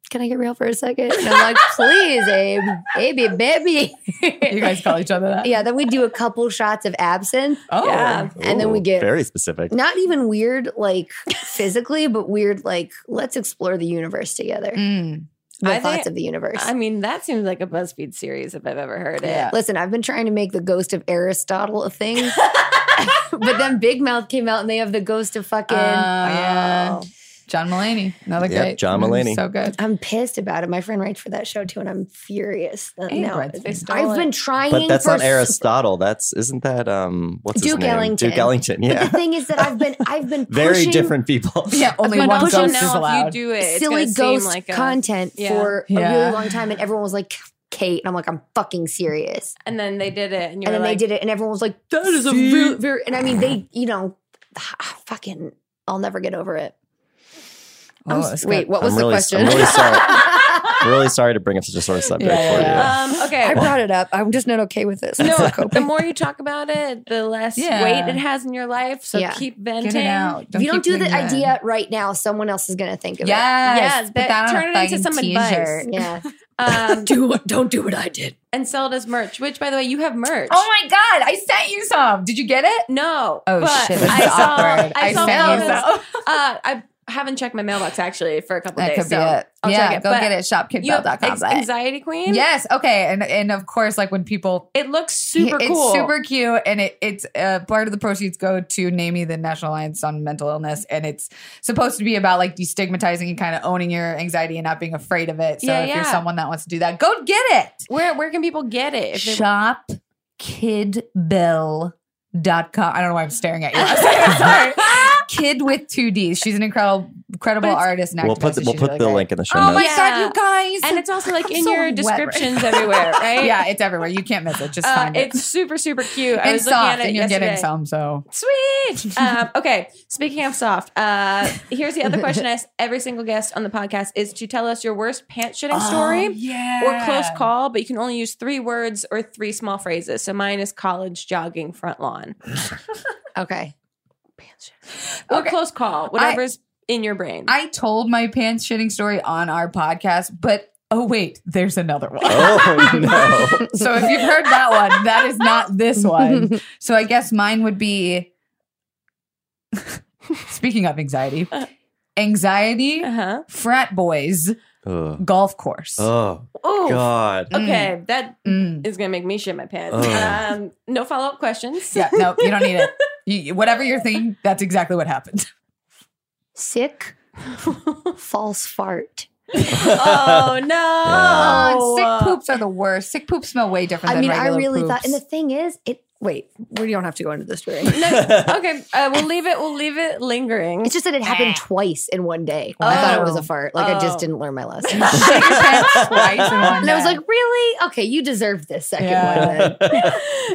Can I get real for a second? And I'm like, Please, Abe, Abe, baby. You guys call each other that. Yeah, then we do a couple shots of absinthe. Oh. Yeah. And then we get- very specific. Not even weird, like physically, but weird, like let's explore the universe together. Mm. The I thoughts think- of the universe. I mean, that seems like a BuzzFeed series if I've ever heard it. Yeah. Listen, I've been trying to make the ghost of Aristotle a thing, but then Big Mouth came out and they have the ghost of fucking. oh. Oh, yeah. John Mulaney, another Yep, great. John Mm, Mulaney. so good. I'm pissed about it. My friend writes for that show too, and I'm furious. that Abe now- writes for it. I've been trying. But that's for not s- Aristotle. That's isn't that um what's his Duke name? Ellington. Duke Ellington. But Yeah, the thing is that I've been I've been very pushing different people. Yeah, only But one also ghost now is allowed. If you do it, it's silly gonna ghost seem like a, content Yeah. for a Yeah. really long time, and everyone was like, "Kate," and I'm like, "I'm fucking serious." And then they did it, and you and were then like, they did it, and everyone was like, "That is a real, very." And I mean, they, you know, ah, fucking, I'll never get over it. Oh, I'm it's s- good. wait, what was I'm the really, question? I'm really sorry. I'm really sorry to bring up such a sore subject Yeah, yeah, for yeah. Um, okay. I brought it up. I'm just not okay with this. no, That's okay. the more you talk about it, the less Yeah. weight it has in your life. So Yeah. keep Get venting. it out. if you don't keep do the putting it in. idea right now, someone else is going to think of Yes, Yes, put that- that on turn a it into fucking some t-shirt. advice. it. Yeah, Um, do what? Don't do what I did. and sell it as merch. Which, by the way, you have merch. Oh my god, I sent you some. Did you get it? no! Oh but shit, this I is saw. awkward. I, I saw. sent you Bella's- some. uh, I haven't checked my mailbox actually for a couple That days. could be so it. I'll yeah, check it. go but get it. You have Shopkickbell.com. ex- anxiety queen. yes. Okay. And and of course, like when people. it looks super it's cool. super cute, and it, it's uh, part of the proceeds go to NAMI, the National Alliance on Mental Illness, and it's supposed to be about like destigmatizing and kind of owning your anxiety and not being afraid of it. So Yeah, if you're yeah. someone that wants to do that, go get it. Where where can people get it? If they- shopkidbell.com. I don't know why I'm staring at you. Sorry. Kid with two D's. She's an incredible, incredible But it's- artist. And We'll put the, activist. we'll She's put really the great. link in the show Oh my notes. Yeah. god, you guys! and it's also like I'm in so your wet right now. descriptions everywhere, right? yeah, it's everywhere. You can't miss it. Just Uh, find it. it's super super cute. I and was soft, looking at it and you're yesterday. getting some. So Sweet. Um, okay. Speaking of soft, uh, here's the other question I ask every single guest on the podcast: is to tell us your worst pants shitting story Oh, yeah, or close call, but you can only use three words or three small phrases. So mine is college jogging front lawn okay. or Okay. close call, whatever's in your brain. I told my pants shitting story on our podcast, but oh wait, there's another one. Oh no. so if you've heard that one, that is not this one. So I guess mine would be speaking of anxiety. Anxiety, Uh-huh. frat boys, Ugh. golf course. Oh Oh, God. okay. That Mm. is gonna make me shit my pants. Ugh. Um, no follow up questions. Yeah, no, you don't need it. You- You, whatever you're thinking, that's exactly what happened. Sick, false fart. oh no. Oh, uh, sick poops are the worst. Sick poops smell way different. I than mean, I regular really thought. poops. And the thing is, it. Wait, we don't have to go into the story. No, okay, uh, we'll leave it. We'll leave it lingering. It's just that it happened twice in one day. I thought it was a Oh. fart. Like I Oh. just didn't learn my lesson. Shit your pants twice in one and I was day. like, really? Okay, you deserve this second Yeah. one. Then.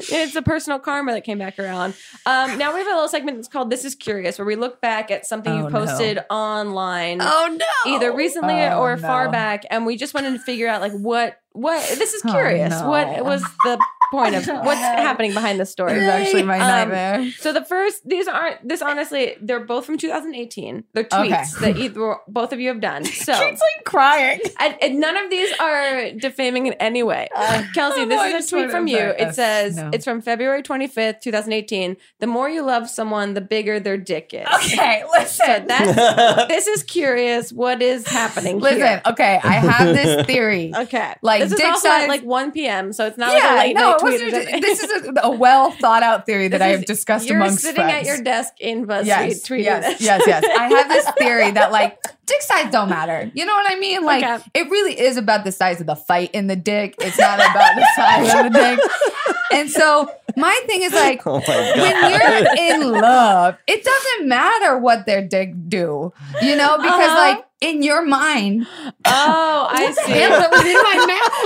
it's a personal karma that came back around. Um, now we have a little segment that's called "This Is Curious," where we look back at something Oh, you no. posted online, Oh no! either recently Oh, or no. far back, and we just wanted to figure out like what what this is Oh, curious. no. What was the point of what's happening behind the It story? was actually Um, my nightmare. So the first, these aren't. This honestly, they're both from 2018. They're Okay. tweets that either both of you have done. So Kate's like crying. and, and none of these are defaming in any way. Kelsey, oh, no, this I is just a tweet wanted- from I'm you. sorry. It Uh, says no. it's from February 25th, 2018. The more you love someone, the bigger their dick is. Okay, listen. So that's this is curious. What is happening? Listen, here? okay, I have this theory. Okay. Like, this is dick also size- at like 1 p.m. So it's not like a late night it tweet. wasn't or something. a- this is a, a well thought out theory that This I is- have discussed You're amongst sitting at friends. your desk in BuzzFeed yes, tweeting yes, this. yes, yes. I have this theory that like dick size don't matter. You know what I mean? Like Okay. it really is about the size of the fight in the dick. It's not about the size of the dick. And so my thing is like Oh my god. when you're in love, it doesn't matter what their dick do. You know, because Uh-huh. like in your mind, Oh, I see. that was in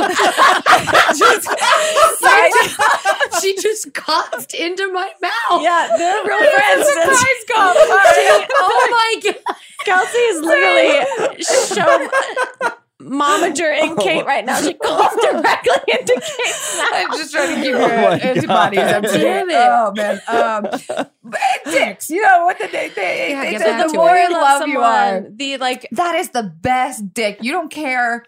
my mouth. She just coughed into my mouth. Yeah, they're real friends. Surprise call. Sorry. oh my god. Kelsey is literally show monitoring Oh. Kate right now. She calls directly into Kate's I'm just trying to keep your Oh my antibodies God. up to date. Damn it. Oh man, um, but dicks. You know what the they they, Yeah, they get said back the to more it. in love you are, The like that is the best dick. You don't care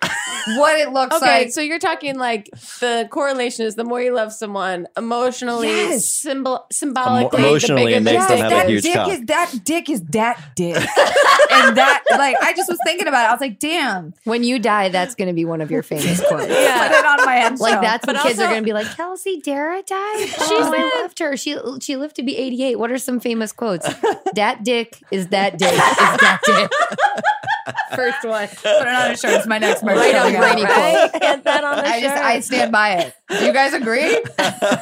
what it looks Okay, like. so you're talking like the correlation is the more you love someone emotionally, Yes. symbol symbolically, emotionally, the bigger it the makes them dick have a is. that huge dick cock. is that dick is that dick, and that like I just was thinking about it. I was like, damn, When you die, that's going to be one of your famous quotes. Yeah. put it on my head. Like that's But when kids are also- going to be like, Kelsey Dara died. She I loved her. She she lived to be eighty eight. What are some famous quotes? that dick is that dick is that dick. First one. put it on a shirt. It's my next merch. Right on coming out. Brady right? Get that on the I just shirt. I stand by it. Do you guys agree?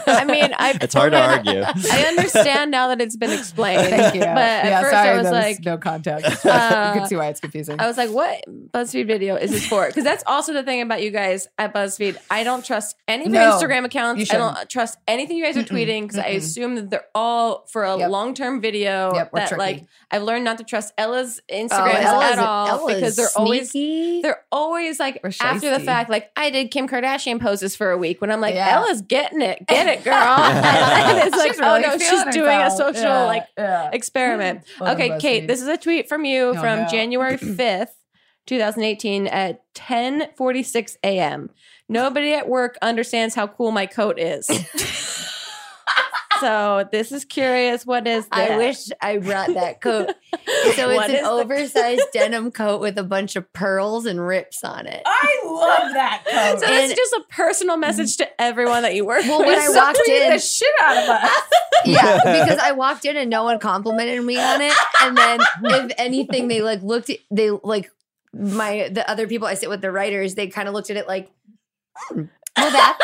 I mean, I it's hard to argue. I understand now that it's been explained. Thank you. But at yeah, first sorry, I was there like, no context. Uh, you can see why it's confusing. I was like, what BuzzFeed video is this for? Because that's also the thing about you guys at BuzzFeed. I don't trust any of your No, Instagram accounts. you I shouldn't. don't trust anything you guys are Mm-mm, tweeting because I mm-mm. assume that they're all for a Yep. long term video. Yep, we're that tricky. Oh, like I've learned not to trust Ella's Instagrams Ella's- oh, at all Ella's because they're always sneaky. they're always like Or after the shisty. fact, like I did Kim Kardashian poses for a week when I'm like, Yeah. Ella's getting it, get it, girl. and it's like, She's oh really no, she's feeling doing a herself. social Yeah, like yeah. experiment. Well, okay, that's Kate, neat. this is a tweet from you Oh, from no. January 5th, 2018 at 10:46 a.m. Nobody at work understands how cool my coat is. so, this is curious what is this? I wish I brought that coat. So it's What is an the- oversized denim coat with a bunch of pearls and rips on it. Oh, I love that So, coat. this is And- just a personal message to everyone that you work Well, with. when I So walked tweeted in, the shit out of us. yeah, because I walked in and no one complimented me on it. And then, if anything, they like looked. At, they like my the other people I sit with, the writers. They kind of looked at it like, "Hmm, well, that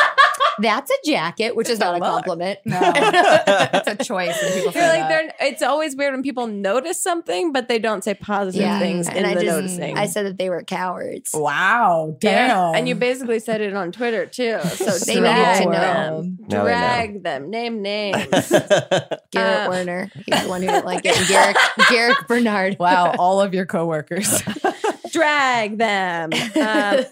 that's a jacket, which is not a compliment. No, it's a choice. and You're people feel like that. they're, it's always weird when people notice something, but they don't say positive Yeah. things And in I the just- noticing. I said that they were cowards. Wow, damn. Yeah, and you basically said it on Twitter too. So They drag need to know. them, Now they know. drag them, name names. Garrett Uh, Werner, he's the one who didn't like it. And Garrick, Garrick Bernard. Wow, all of your coworkers. drag them. Um,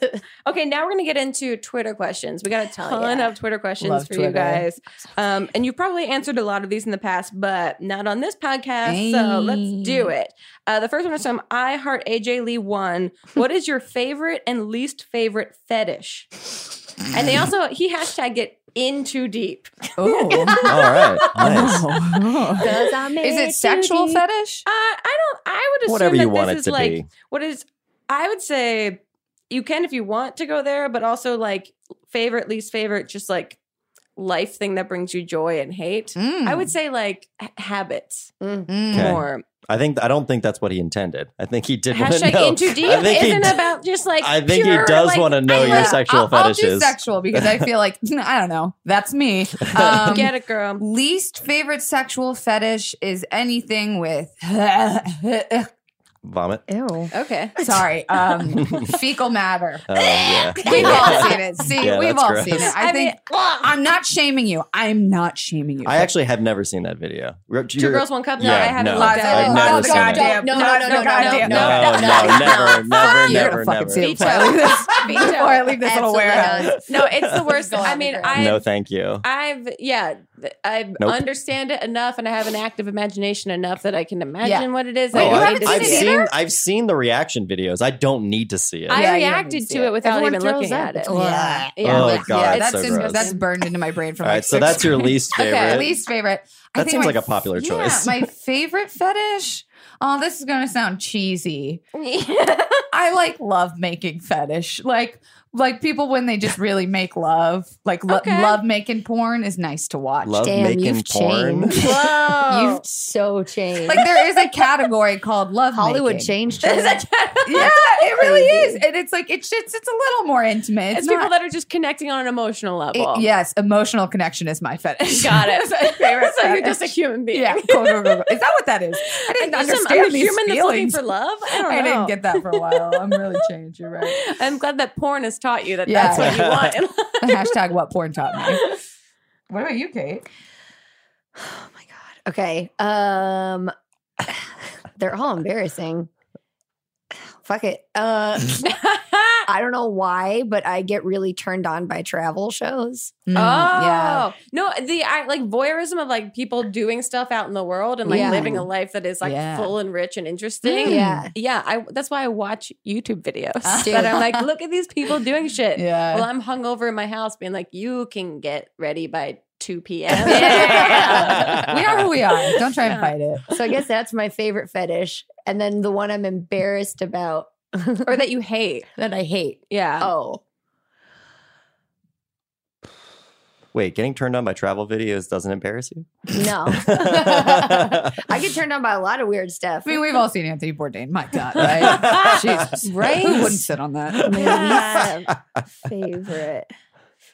okay, now we're going to get into Twitter questions. We got a ton yeah. of Twitter questions Love for you Twitter. guys. Um, and you've probably answered a lot of these in the past, but not on this podcast. So let's do it. Uh, the first one is from I Heart AJ Lee One. What is your favorite and least favorite fetish? And they also, he hashtagged it in too deep. Oh. All right. Nice. Is it sexual fetish? Uh, I don't. I would assume Whatever you that want this it is to like be. what is. I would say you can if you want to go there, but also like favorite, least favorite, just like life thing that brings you joy and hate. Mm. I would say like h- habits Mm. Okay. more. I think I don't think that's what he intended. I think he did want to Hashtag know. into deep I think he isn't d- about just like. I think pure, he does like, want to know I Oh, your like- sexual I'll, I'll do fetishes. sexual because I feel like I don't know. That's me. Um, Get it, girl. least favorite sexual fetish is anything with. Vomit. Ew. Okay. Sorry, um, fecal matter. Oh yeah. We've all seen it. See, Yeah, we've that's all gross. seen it. I, think I'm not shaming you. I'm not shaming you. I actually have never seen that video. Two girls, one cup. No, Yeah, I haven't no. looked at I've it. Oh, never Lots of seen it. goddamn- No, no, lots of no, no, no, goddamn- No, no, never, never, You're never, gonna fucking never. see it before I leave this, before I leave this little Absolutely warehouse. not. No, it's the worst. Go on, I mean, girl. I No, thank you. I've yeah, th- I Nope. understand it enough, and I have an active imagination enough that I can imagine Yeah. what it is. Wait, I you don't haven't Oh, I've need to seen see it it. seen I've seen the reaction videos. I don't need to see it. I Yeah, you don't reacted need to to see it it. without Everyone even looking throws at it. up. Yeah. Yeah. Oh, Yeah. God, yeah, it's that's so in- gross. that's burned into my brain for all like right, so six that's your least Okay, favorite. least favorite. I That think seems my like a popular yeah, choice. My favorite fetish. Oh, this is gonna sound cheesy. I like love making fetish. Like like people when they just really make love. Like lo- Okay. love making porn is nice to watch. Love Damn, making you've porn. changed. Whoa. You've so changed. Like there is a category called love Hollywood making. changed. That's Yeah, it really is, and it's like it's just it's a little more intimate. it's It's, people not. that are just connecting on an emotional level. it- yes, emotional connection is my fetish. Got it. It's my favorite so you're fetish. just a human being. Yeah, go, go, go, go. Is that what that is? I didn't Are you some understand other these human that's looking feelings. for love. I don't know. I didn't get that for a while. I'm really changed. You're right. I'm glad that porn has taught you that Yeah. that's what you want. in life. Hashtag what porn taught me. What about you, Kate? Oh my god. Okay. Um they're all embarrassing. Fuck it. Uh I don't know why, but I get really turned on by travel shows. Mm, Oh yeah. no! The I, like voyeurism of like people doing stuff out in the world and like Yeah. living a life that is like Yeah. full and rich and interesting. Mm. Yeah. Yeah, I that's why I watch YouTube videos Ah. that I'm like, look at these people doing shit. Yeah. Oh. Well, I'm hungover in my house, being like, you can get ready by two p.m. we are who we are. Don't try and Yeah. fight it. So I guess that's my favorite fetish. And then the one I'm embarrassed about or that you hate. that I hate. Yeah. Oh. Wait, getting turned on by travel videos doesn't embarrass you? No. Right? I get turned on by a lot of weird stuff. I mean, we've all seen Anthony Bourdain. My God, right? Jesus. Right? Who wouldn't sit on that? My least favorite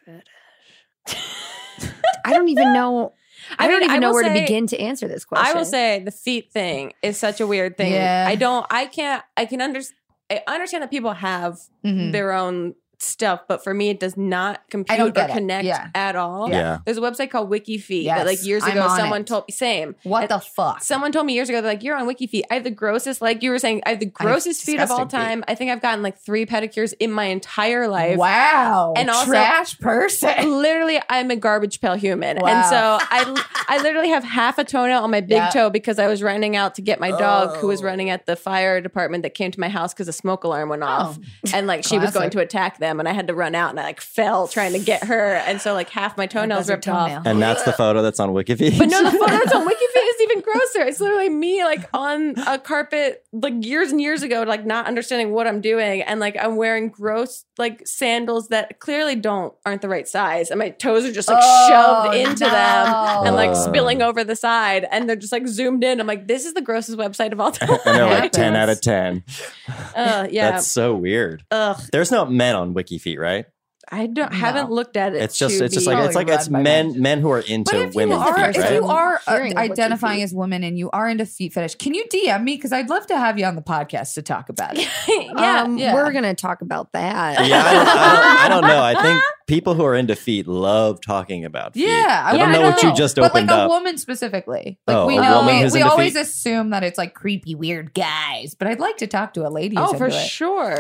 fetish. I don't even know. I, don't mean, even know will where to say- begin to answer this question. I will say the feet thing is such a weird thing. Yeah. I don't. I can't. I can understand. I understand that people have Mhm. their own stuff, but for me, it does not compute or get it. connect Yeah. at all. Yeah. There's a website called WikiFeet that, Yes, like, years I'm ago, on someone it. told me, same. What And the fuck? Someone told me years ago, they're like, you're on WikiFeet. I have the grossest, like you were saying, I have the I have grossest feet of all disgusting feet. time. I think I've gotten like three pedicures in my entire life. wow, And also- trash person. Literally, I'm a garbage pail human, and Wow. so I, I literally have half a toenail on my big Yeah. toe because I was running out to get my dog, who was Oh. running at the fire department that came to my house because a smoke alarm went off, Oh. and like she was Classic. going to attack them, and I had to run out, and I like fell trying to get her, and so like half my toenails Your ripped off. toenail. And that's the photo that's on Wikipedia. But no, the photo that's on WikiFeet is even grosser. It's literally me like on a carpet like years and years ago, like not understanding what I'm doing, and like I'm wearing gross like sandals that clearly don't aren't the right size, and my toes are just like Oh, shoved into no. them and like Uh. spilling over the side, and they're just like zoomed in. I'm like, this is the grossest website of all time. and they're like 10 Happens. out of 10. Uh, yeah. That's so weird. Ugh. There's no men on WikiFeet, right? I don't haven't looked at it. It's just to it's just be- like it's Probably like it's run by men men. men who are into if women you are, feet, if right? you are uh, Hearing of what you identifying do. as women and you are into feet fetish, can you DM me because I'd love to have you on the podcast to talk about it. yeah, Um, yeah. We're going to talk about that. yeah, I don't, I, don't, I don't know. I think people who are into feet love talking about feet. Yeah, I I don't wanna know what you know. just but like opened a up. woman specifically. Like Oh, we, a know- woman we- who's we into always feet. assume that it's like creepy, weird guys. But I'd like to talk to a lady. Who's Oh, for into it. sure.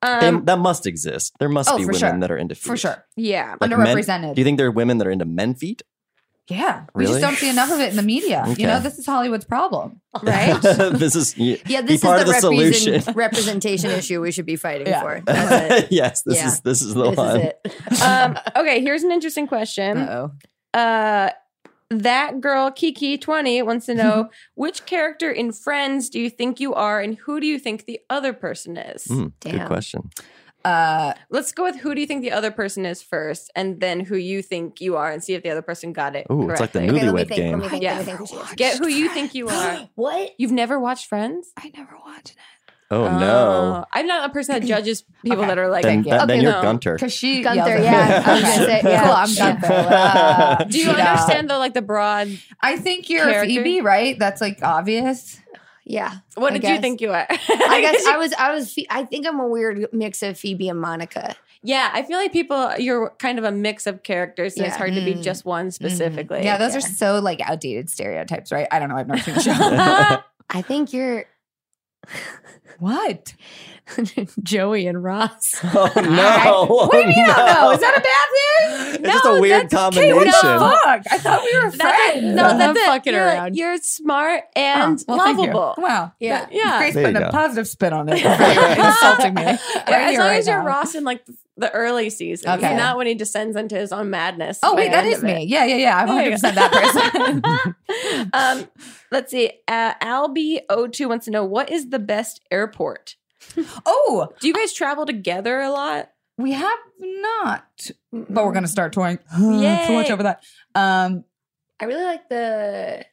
They- Um, that must exist. There must Oh, be for women sure. that are into feet. for sure. yeah. Like men- Underrepresented. Do you think there are women that are into men feet? yeah, we Really? just don't see enough of it in the media. Okay. You know, this is Hollywood's problem. right? this is y- Yeah, this is part the, of the represent- solution. representation issue we should be fighting Yeah. for. That's it. yes. This Yeah. is this is the This one. is it. Um, okay, here's an interesting Mm. question. Uh-oh. Uh, that girl Kiki twenty wants to know which character in Friends do you think you are, and who do you think the other person is? Mm, good Damn. question. Uh, Let's go with who do you think the other person is first, and then who you think you are, and see if the other person got it. Ooh, it's like the correctly. Okay, let me newlywed think. Let game. me think. Yeah. Let me think who she is. Get who you think you are. What? You've never watched Friends? I never watched it Oh, no. Oh, I'm not a person that judges people Okay. that are like. Then, you. that- then Okay, you're no. Gunter. because she Gunther, yells at yeah. me. I was gonna say, yeah. Cool, I'm Shit. Gunther. Uh, do you shut up. understand though, like the broad? I think you're character? Phoebe, right? That's like obvious. Yeah. What I did you guess. think you were? I guess I was. I was. Phe- I think I'm a weird mix of Phoebe and Monica. Yeah, I feel like people you're kind of a mix of characters, and it's Yeah. hard to be Mm. just one specifically. Mhm. Yeah, those yeah. are so like outdated stereotypes, right? I don't know. I've never seen the Oh, show. are. I think you're what? Joey and Ross. Oh no! What do you mean Oh, I don't know? no. Is that a bad thing? It's just a weird Hey, what combination. the fuck? I thought we were that's it. friends. No, I'm that's it. fucking you're, around. you're smart Oh, and Oh, well, thank you. lovable. Wow. Yeah. That- Yeah. Grace There put you a go. positive spin on it. You're insulting me. Right as here, long right as you're now. Ross in like the early season, Okay. not when he descends into his own madness. Oh, wait, by that the is end me. Yeah, yeah, yeah. I'm There you 100% that person. of it. um, let's see. Uh, Albie02 wants to know what is the best airport? oh, Do you guys travel together a lot? we have not, but we're going to start touring. so much Yay. over that. Um, I really like the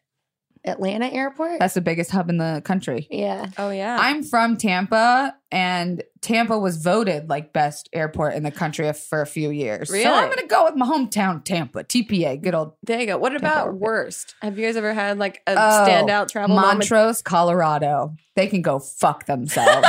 Atlanta airport. that's the biggest hub in the country. yeah. Oh yeah. I'm from Tampa, and Tampa was voted like best airport in the country for a few years. So I'm Really? going to go with my hometown, Tampa, TPA, good old There you go. What about Airport. worst? Have you guys ever had like a Oh, standout travel moment? Montrose, Colorado. They can go fuck themselves.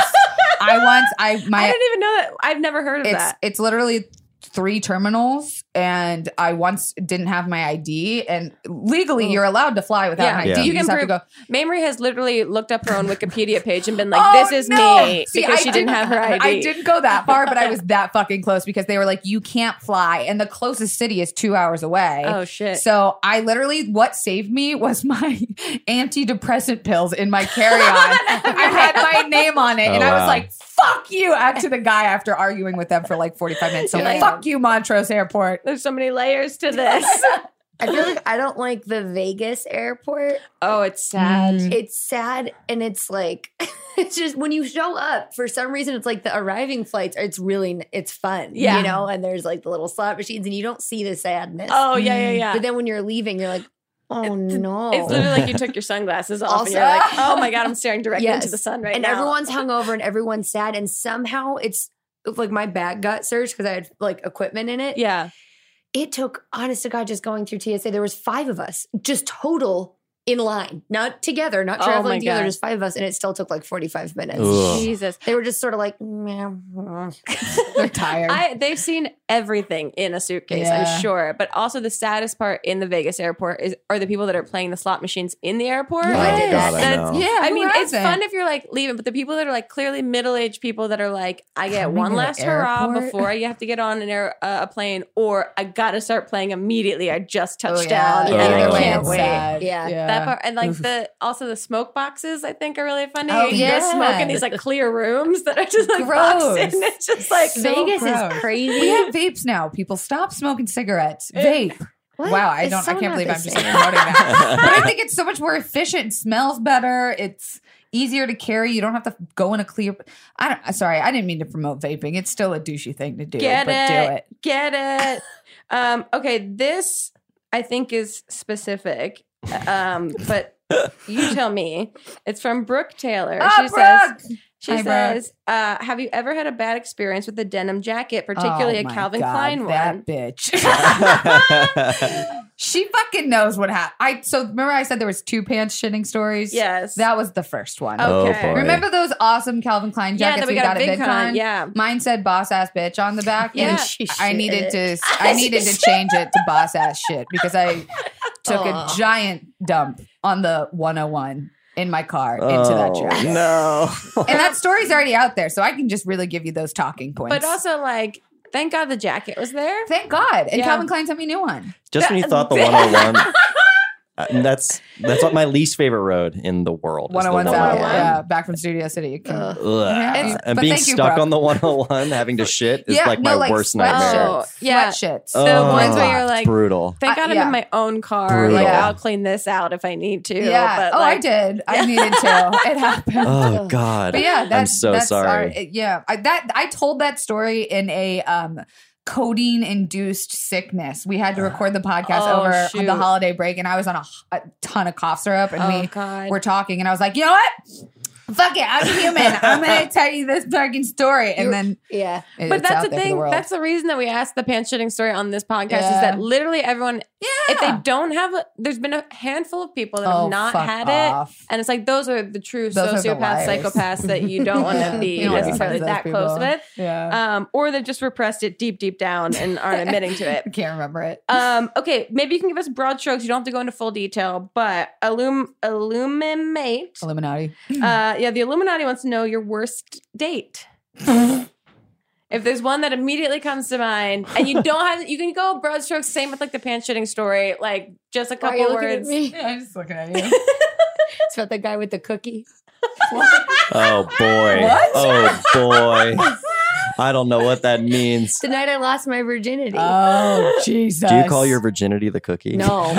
I once, I I my, didn't even know that. I've never heard of it's that. it's literally three terminals, and I once didn't have my ID, and legally you're allowed to fly without Yeah. an ID. Yeah. You, You just can have to prove- go. Mamrie has literally looked up her own Wikipedia page and been like, "Oh, "This is no!" me," See, because I she didn't have her ID. I didn't go that far, but I was that fucking close because they were like, "You can't fly," and the closest city is two hours away. Oh shit! So I literally, what saved me was my antidepressant pills in my carry-on. I had my name on it, Oh, and I wow. was like, "Fuck you!" Out to the guy after arguing with them for like forty-five minutes. So You're like- fuck you, Montrose Airport. There's so many layers to this. I feel like I don't like the Vegas airport. oh, it's sad. It's sad and it's like it's just when you show up for some reason it's like the arriving flights. It's really it's fun, Yeah. you know. And there's like the little slot machines and you don't see the sadness. Oh yeah, yeah, But yeah. then when you're leaving, you're like, oh no. It's literally like you took your sunglasses off and Also- you're like, "Oh my god, I'm staring directly into Yes. the sun right and now." everyone's hungover and everyone's sad and somehow it's like my bag got searched because I had like equipment in it. yeah. It took honest to God just going through TSA. There was five of us, just total in line, not together, not Oh traveling my together, God. just five of us, and it still took like forty five minutes. Ugh. Jesus. They were just sort of like, "Meh." They're tired. I, they've seen everything in a suitcase, Yeah. I'm sure. But also, the saddest part in the Vegas airport is are the people that are playing the slot machines in the airport. Oh, Yes. God, I That's- know. yeah, I who mean, are it's they? fun if you're like leaving, but the people that are like clearly middle aged people that are like, I get Coming one to the last hurrah airport. before I have to get on an air, uh, a plane, or I gotta start playing immediately. I just Oh, touched yeah. down Yeah, and they're I Oh. can't really wait. sad. Yeah. That part, and like the also the smoke boxes, I think are really funny. Oh, You're yeah. smoking these like clear rooms that are just like Gross. boxed in. It's just like So Vegas gross. is crazy. We have vapes now. People stop smoking cigarettes. Eh. Vape. What? Wow, I It's don't. so I can't not believe the I'm just same. promoting that. but I think it's so much more efficient. It smells better. It's easier to carry. You don't have to go in a clear. I don't. uh, Sorry, I didn't mean to promote vaping. It's still a douchey thing to do. Get but it. do it. Get it. um, okay, this I think is specific. Um, but you tell me. It's from Brooke Taylor. Ah, she says Brooke! she Hi, Brooke. says, uh, have you ever had a bad experience with a denim jacket, particularly Oh a my Calvin God, Klein that one? bitch. She fucking knows what happened. I so remember I said there was two pants shitting stories. Yes. that was the first one. Okay. Oh, boy. Remember those awesome Calvin Klein yeah, jackets that we, got, at VidCon? Yeah. Mine said boss ass bitch on the back. Yeah. And She I shit. needed to I needed to change it to boss ass shit because I took Aw. a giant dump on the 101 in my car into that Oh, jacket. No. And that story's already out there, so I can just really give you those talking points. But also, like, thank God the jacket was there. thank God. And Yeah. Calvin Klein sent me a new one. Just when you thought the 101. uh, that's that's what my least favorite road in the world. is the 101's out. 101. Yeah, back from Studio City. You can- Ugh. Ugh. Yeah. And But being thank you, stuck Brooke. on the 101, having to shit, is like my no, worst sweatshirts. nightmare. Oh, yeah. Sweatshirts. Oh, The ones where you're it's like, brutal. Thank Uh, God I'm yeah. in my own car. Like, Brutal. I'll clean this out if I need to. Yeah. But, Oh, I like, did. I needed to. It happened. Oh God. But yeah, that's I'm so that's sorry. our- it- yeah, I, that I told that story in a um, codeine induced sickness. We had to record the podcast Oh, over shoot. the holiday break, and I was on a, h- a ton of cough syrup, and Oh, we God. were talking, and I was like, you know what? Fuck it, I'm human. I'm gonna tell you this fucking story, and then Yeah. it- But it's that's out the there for thing. world. that's the reason that we asked the pants shitting story on this podcast is Yeah. that literally everyone, yeah. if they don't have, a, there's been a handful of people that Oh, have not fuck had it. off. And it's like those are the true Those are the sociopaths, liars. psychopaths that you don't want to Yeah. be You don't wanna be necessarily friends that with those close people. with, Yeah, um, or they've just repressed it deep, deep down and aren't admitting to it. I can't remember it. Um, okay, maybe you can give us broad strokes. You don't have to go into full detail, but illum- illuminate. Uh, Illuminati. yeah, the Illuminati wants to know your worst date. if there's one that immediately comes to mind, and you don't have, you can go broad strokes. Same with like the pants shitting story, like just a Why are you couple looking at words. me? Yeah, I'm just looking at you. It's about the guy with the cookie. oh boy. What? Oh boy. I don't know what that means. It's the night I lost my virginity. oh Jesus! Do you call your virginity the cookie? no.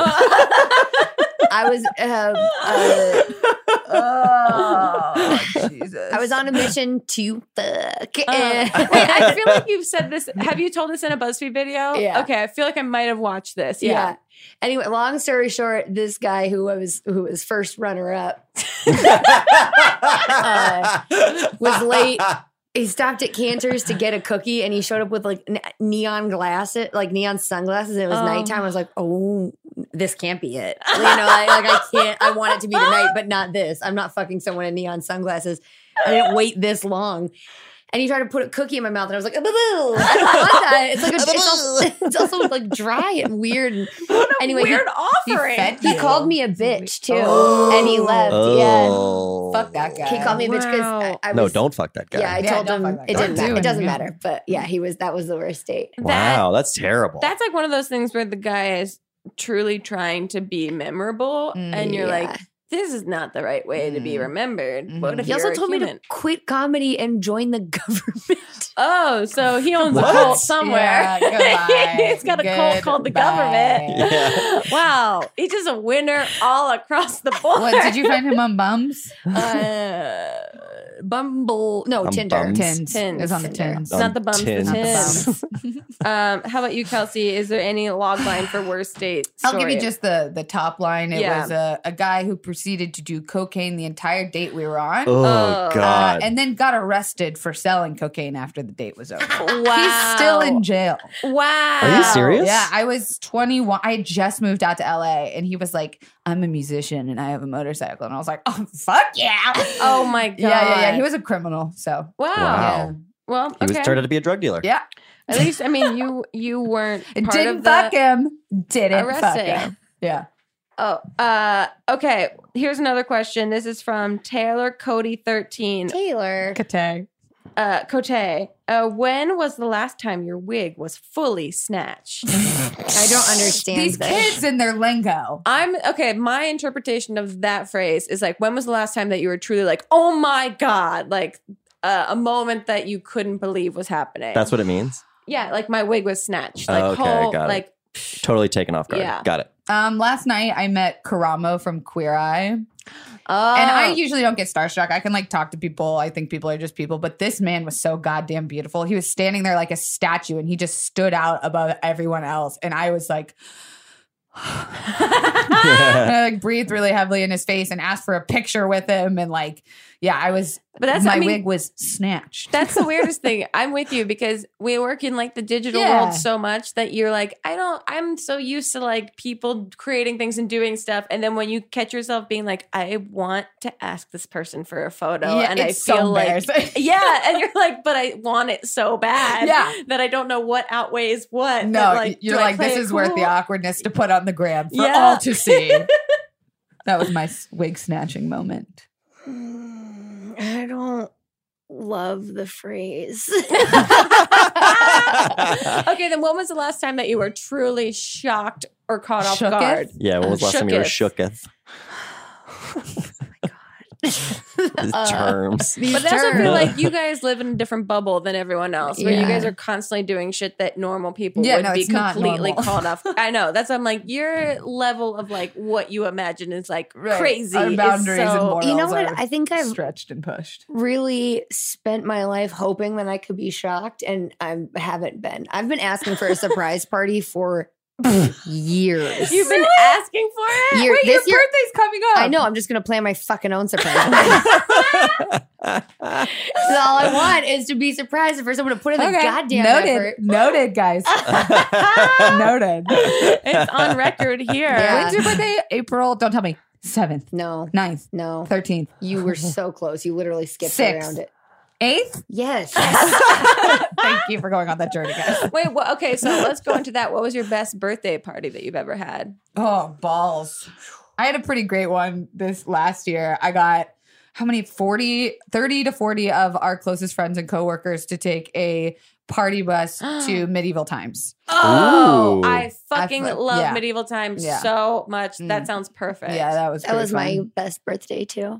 I was um, uh, Oh Jesus! I was on a mission to fuck. Oh. Uh, and- wait, I feel like you've said this. Have you told this in a BuzzFeed video? Yeah. Okay, I feel like I might have watched this. yeah. Yeah. Anyway, long story short, this guy who was who was first runner up was late. He stopped at Cantor's to get a cookie, and he showed up with like ne- neon glasses, like neon sunglasses. And it was Oh. nighttime. I was like, "Oh, this can't be it." You know, I, like I can't. I want it to be tonight, but not this. I'm not fucking someone in neon sunglasses. I didn't wait this long. And he tried to put a cookie in my mouth, and I was like, "Ah, boo, boo. "I don't want that." It's like a, it's, also, it's also like dry and weird. And anyway, he- Weird offering. he called me a bitch too, and he left. Oh. Fuck that guy. Yeah, he called me a bitch because Wow. I, I No, was. don't fuck that guy. Yeah, I Yeah, told don't him fuck that it guy. didn't Don't matter. do It doesn't it, yeah. matter, but yeah, he was. That was the worst date. That- wow, that's terrible. That's like one of those things where the guy is truly trying to be memorable, Mm, and you're yeah. Mm-hmm. like, "This is not the right way to be Mm. remembered." What Mhm. if He you're also a told me human? to quit comedy and join the government. Oh, so he owns What? a cult somewhere. Yeah, goodbye. He's got a cult called the government. Goodbye. Yeah. Wow, he's just a winner all across the board. What did you find him on Bums? uh, Bumble, no I'm Tinder. bummed. Tins. Tins. It was on the Tinder. tins. Um, Not the bums, the tins. Not the tins. bums. Um, how about you, Kelsey? Is there any log line for worst date? I'll give you story? just the the top line. It Yeah. was a, a guy who proceeded to do cocaine the entire date we were on, Oh uh, uh, God. and then got arrested for selling cocaine after the date was over. wow. He's still in jail. Wow. Are you serious? Yeah, I was 21. I had just moved out to LA, and he was like, "I'm a musician and I have a motorcycle," and I was like, "Oh fuck yeah!" Oh my god. yeah, yeah, yeah. He was a criminal, so Wow. Wow. Well, he okay. was turned out to be a drug dealer. yeah. At least, I mean, you you weren't It part didn't of the- fuck him. Didn't fuck arresting. him. Yeah. Oh, uh, okay. Here's another question. This is from Taylor Cody thirteen. Taylor. Katang. Uh, Cote, uh, when was the last time your wig was fully snatched? I don't understand These this. kids and their lingo. I'm okay. My interpretation of that phrase is like, when was the last time that you were truly like, oh my god, like uh, a moment that you couldn't believe was happening? That's what it means. Yeah, like my wig was snatched. Oh, Like okay, whole, got it. like Totally taken off guard. Yeah. Got it. Um, last night I met Karamo from Queer Eye. oh, And I usually don't get starstruck. I can like talk to people. I think people are just people. But this man was so goddamn beautiful. He was standing there like a statue and he just stood out above everyone else. And I was like, And I like breathed really heavily in his face and asked for a picture with him. And like, yeah, I was, But that's my I mean, wig was snatched. That's the weirdest thing. I'm with you because we work in like the digital Yeah. world so much that you're like, I don't, I'm so used to like people creating things and doing stuff. And then when you catch yourself being like, I want to ask this person for a photo. and I feel like, yeah. And you're like, but I want it so bad Yeah. that I don't know what outweighs what. no, That, you're do I like, play this it is worth the cool? awkwardness to put on the gram for Yeah. all to see. that was my s- wig snatching moment. Mm, I don't love the phrase. okay, then when was the last time that you were truly shocked or caught off Shooketh? guard? Yeah, when was the last time you were Shooketh. Oh shooketh? These terms. These But that's also I feel Sure. Uh, like you guys live in a different bubble than everyone else, where you Yeah. guys are constantly doing shit that normal people Yeah, would no, be it's not completely normal. caught off. I know. That's I'm like your level of like what you imagine is like Right. crazy. Our is boundaries and so- morals You know what? are I think I've stretched and pushed. really spent my life hoping that I could be shocked, and I haven't been. I've been asking for a surprise party for years. You've been asking for it. Year- Wait, this your year, birthday's coming up. I know. I'm just gonna plan my fucking own surprise. party. So all I want is to be surprised the first. I'm gonna put in the Okay. goddamn Noted. effort. Noted, guys. Noted. It's on record here. Yeah. When's your birthday? April. Don't tell me. Seventh, No, 9th, no, thirteenth, you were so close. You literally skipped Six. around it. eighth. Yes. Thank you for going on that journey, guys. Wait, well, okay, so let's go into that. What was your best birthday party that you've ever had? Oh balls! I had a pretty great one this last year. I got how many 40 30 to 40 of our closest friends and coworkers to take a party bus to medieval times Oh, Ooh. I fucking That's like- love yeah. medieval times Yeah. so much. Mm. That sounds perfect. yeah that was that pretty was my best birthday too.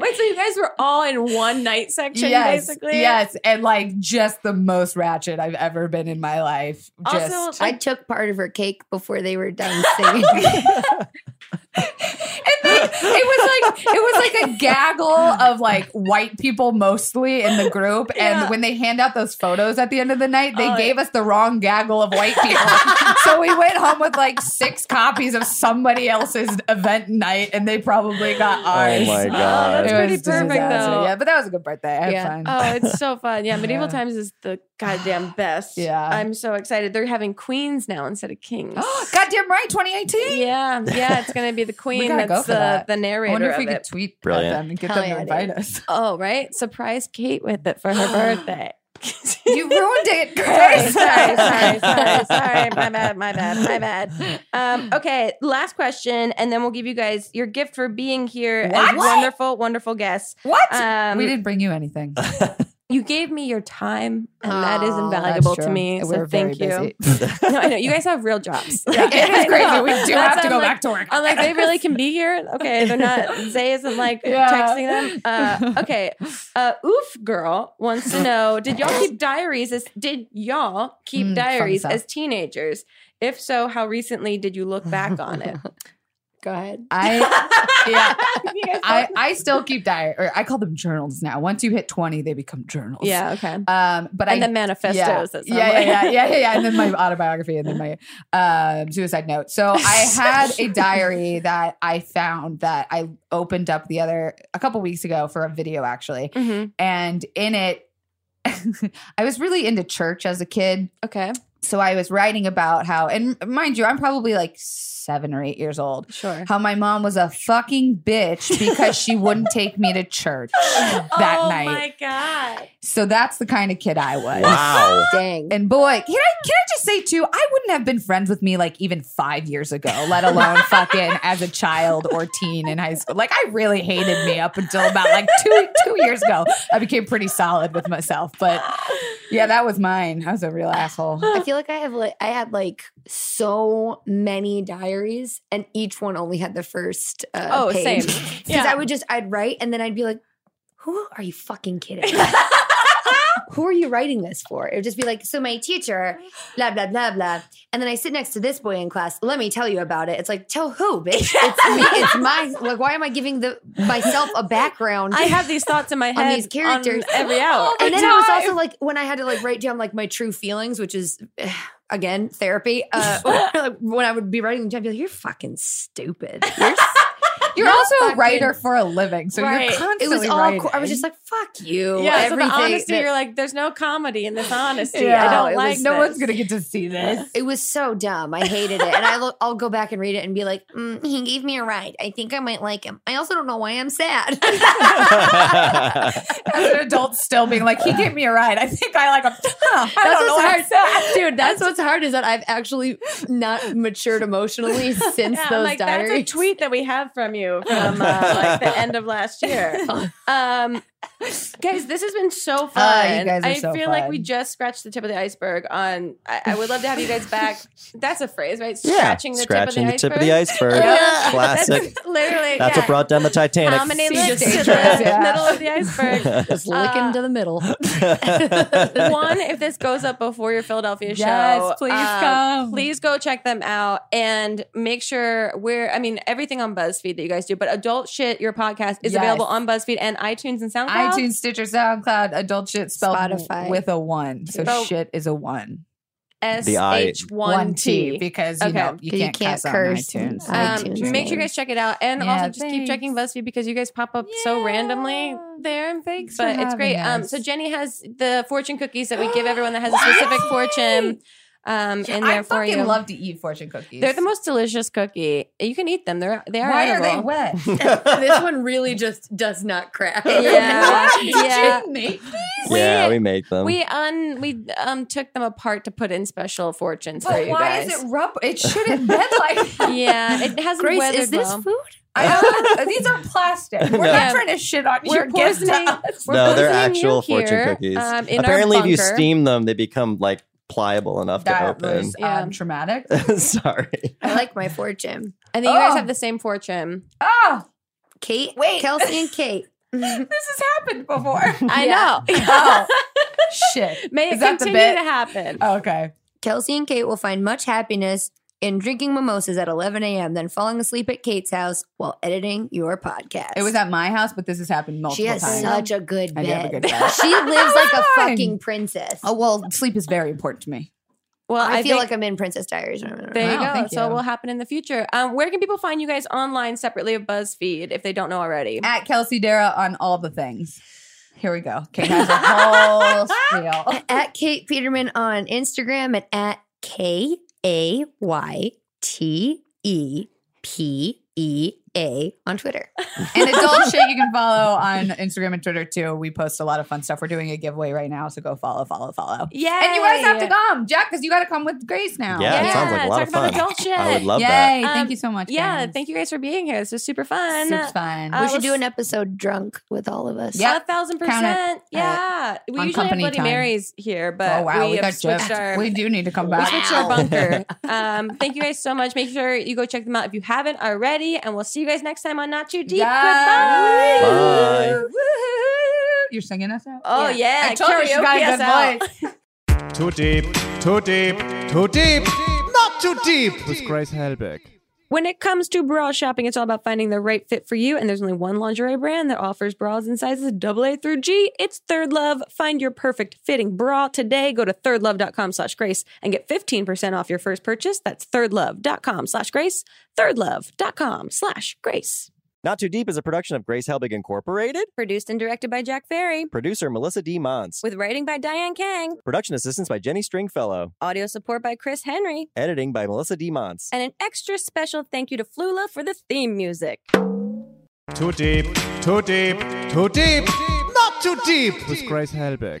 Wait, so you guys were all in one night section, yes, basically? Yes, and like just the most ratchet I've ever been in my life. Just Also, I like, took part of her cake before they were done singing. and like, it was like it was like a gaggle of like white people mostly in the group. And Yeah. when they hand out those photos at the end of the night, they Oh, gave us the wrong gaggle of white people. so we went home with like six copies of somebody else's event night, and they probably got Oh ours. my It god. that's pretty was perfect, disaster. though. Yeah, but that was a good birthday. I had Yeah. fun. oh, it's so fun. Yeah, medieval Yeah. times is the goddamn best. Yeah. I'm so excited. They're having queens now instead of kings. Goddamn right, 2018. yeah, yeah, it's gonna be the queen gotta that's go for the, that. the I wonder narrator if of we could it. tweet at Brilliant. them and get Hell them yeah, to I invite did. us. Oh, right, surprise Kate with it for her birthday. You ruined it, sorry, Chris. sorry, sorry, sorry, sorry. My bad, my bad, my bad. Um, okay, last question, and then we'll give you guys your gift for being here What? as wonderful, wonderful guests. What? Um, we didn't bring you anything. You gave me your time, and that is Aw, invaluable That's to true. me. And so we're very thank you. busy. No, I know you guys have real jobs. it is crazy. We do have to go back back to work. I'm like, they really can be here. Okay, they're not. Zay isn't like Yeah. texting them. Uh, okay, uh, oof, girl wants to know: Did y'all keep diaries? As did y'all keep Mm, fun diaries stuff. as teenagers? If so, how recently did you look back on it? Go ahead. I yeah. You guys I, I still keep diary or I call them journals now. Once you hit 20, they become journals. yeah. Okay. Um but I and the manifestos. yeah. at some Yeah, point. yeah, yeah, yeah, yeah, yeah. And then my autobiography and then my um, suicide note. So I had a diary that I found that I opened up the other a couple weeks ago for a video actually. Mhm. And in it, I was really into church as a kid. Okay. So I was writing about how, and mind you, I'm probably like seven or eight years old. Sure. How my mom was a fucking bitch because she wouldn't take me to church that oh night. my god. So that's the kind of kid I was. wow. Dang. And boy, can I can I just say too, I wouldn't have been friends with me like even five years ago, let alone fucking as a child or teen in high school. Like I really hated me up until about like two two years ago. I became pretty solid with myself. But yeah, that was mine. I was a real asshole. I feel like I have like I had like so many diaries, and each one only had the first. Uh, Oh, page. same. Because Yeah. I would just I'd write, and then I'd be like, "Who are you fucking kidding?" who are you writing this for? It would just be like, so my teacher, blah, blah, blah, blah. And then I sit next to this boy in class. Let me tell you about it. It's like, tell who, bitch? It's me. It's my, like, why am I giving the myself a background? I have these thoughts in my head these characters. on every hour. and then I was also like, when I had to like write down like my true feelings, which is again therapy. Uh, like, when I would be writing them down, I'd be like, "You're fucking stupid." You're s- You're Not also a fucking- writer for a living, so Right. It you're was it constantly was all. writing. Cool. I was just like, "Fuck you." yeah, so the everything honesty, that- you're like, there's no comedy in this honesty. Yeah. I don't It was- like no this. one's gonna get to see this. it was so dumb. I hated it, and I look, I'll go back and read it and be like, mm, "He gave me a ride. I think I might like him." I also don't know why I'm sad. As an adult, still being like, he gave me a ride. I think I like him. Huh, I don't know what's why I said. Dude, that's what's hard is that I've actually not matured emotionally since Yeah, I'm those like, diaries. That's a tweet that we have from you from uh, like the end of last year. Um, guys, this has been so fun. Uh, you guys are I so feel like we fun. just scratched the tip of the iceberg. On I, I would love to have you guys back. That's a phrase, right? Yeah, Scratching the scratching tip of the the iceberg. iceberg. Yeah. Classic. That's literally That's yeah. what brought down the Titanic. How many Sea licks to stages, the yeah. middle of the iceberg? Just lick Uh, into the middle. One, if this goes up before your Philadelphia show, Yes, please um, come. Please go check them out and make sure we're, I mean, everything on BuzzFeed that you guys do, but Adult Shit, your podcast, is Yes. available on BuzzFeed and iTunes and SoundCloud. iTunes, Stitcher, SoundCloud, adult shit spelled Spotify. with a one. So Oh. shit is a one. The I- SH1T. because you Okay. know you You can't, can't curse, curse on iTunes. on Um, iTunes make sure you name. guys check it out and Yeah, also just keep thanks. checking BuzzFeed because you guys pop up so Yeah. randomly there. Thanks But for it's great. having Um, us. so Jenny has the fortune cookies that we give everyone that has a specific fortune um, in there I for fucking you. love to eat fortune cookies. They're the most delicious cookie. You can eat them. They're they are. Why are they edible. wet? this one really just does not crack. Yeah, yeah. make yeah, we make them. We un we um took them apart to put in special fortunes for But you why guys. is it rub? It shouldn't bend like that. yeah, it hasn't Grace, weathered is this well. food? I don't, these are plastic. We're Yeah. not trying to shit on We're your gift. to poisoning- us. We're no, they're poisoning you actual fortune here, cookies. um, in our Apparently, if you bunker. steam them, they become like pliable enough to That open. was Yeah. um, traumatic. Sorry. I like my fortune. I think you guys Oh. have the same fortune. Oh, Kate, Wait. Kelsey, and Kate. this has happened before. I Yeah. know. oh, shit. May Is it that the continue bit? Oh, to happen. Okay. Kelsey and Kate will find much happiness in drinking mimosas at 11 a.m., then falling asleep at Kate's house while editing your podcast. It was at my house, but this has happened multiple she has times. such a good I bed. do have a good bed. she lives like a Fine. fucking princess. Oh well, sleep is very important to me. Well, I, feel think- like I'm in Princess Diaries. there you go. Wow, thank So it you. will happen in the future. Um, where can people find you guys online separately of BuzzFeed if they don't know already? At Kelsey Dara on all the things. Here we go. Kate has a whole spiel. at Kate Peterman on Instagram and at K A Y T E P E A on Twitter. And adult shit you can follow on Instagram and Twitter too. We post a lot of fun stuff. We're doing a giveaway right now, so go follow, follow, follow. Yeah, And you guys have to come, Jack, because you got to come with Grace now. Yeah, it sounds like a lot of talk about fun. adult shit. I would love Yay! that. thank Um, you so much. Yeah, guys. thank you guys for being here. This was super fun. Soup's fun. Uh, we should do let's- an episode drunk with all of us. Yeah. a thousand Count it. percent. Yeah, we usually on have company Bloody time. Marys here, but oh wow, we, we, have got switched gypped. our We do need to come we back. switched our bunker. um, thank you guys so much. Make sure you go check them out if you haven't already, and we'll see you guys next time on Not Too Deep. Yes. Goodbye. Bye. Woo-hoo. You're singing us out. Oh yeah, I told you she got karaoke a us out. good voice. Too deep, too deep, too deep, not too deep with Grace Helbig. When it comes to bra shopping, it's all about finding the right fit for you, and there's only one lingerie brand that offers bras in sizes AA through G. It's Third Love. Find your perfect fitting bra today. Go to thirdlove.com slash grace and get 15% off your first purchase. That's thirdlove.com slash grace, thirdlove.com slash grace. Not Too Deep is a production of Grace Helbig Incorporated. Produced and directed by Jack Ferry, Producer Melissa D. Mons. with writing by Diane Kang, Production assistance by Jenny Stringfellow. audio support by Chris Henry, Editing by Melissa D. Mons. and an extra special thank you to Flula for the theme music. Too deep, too deep, too deep, not too deep with Grace Helbig.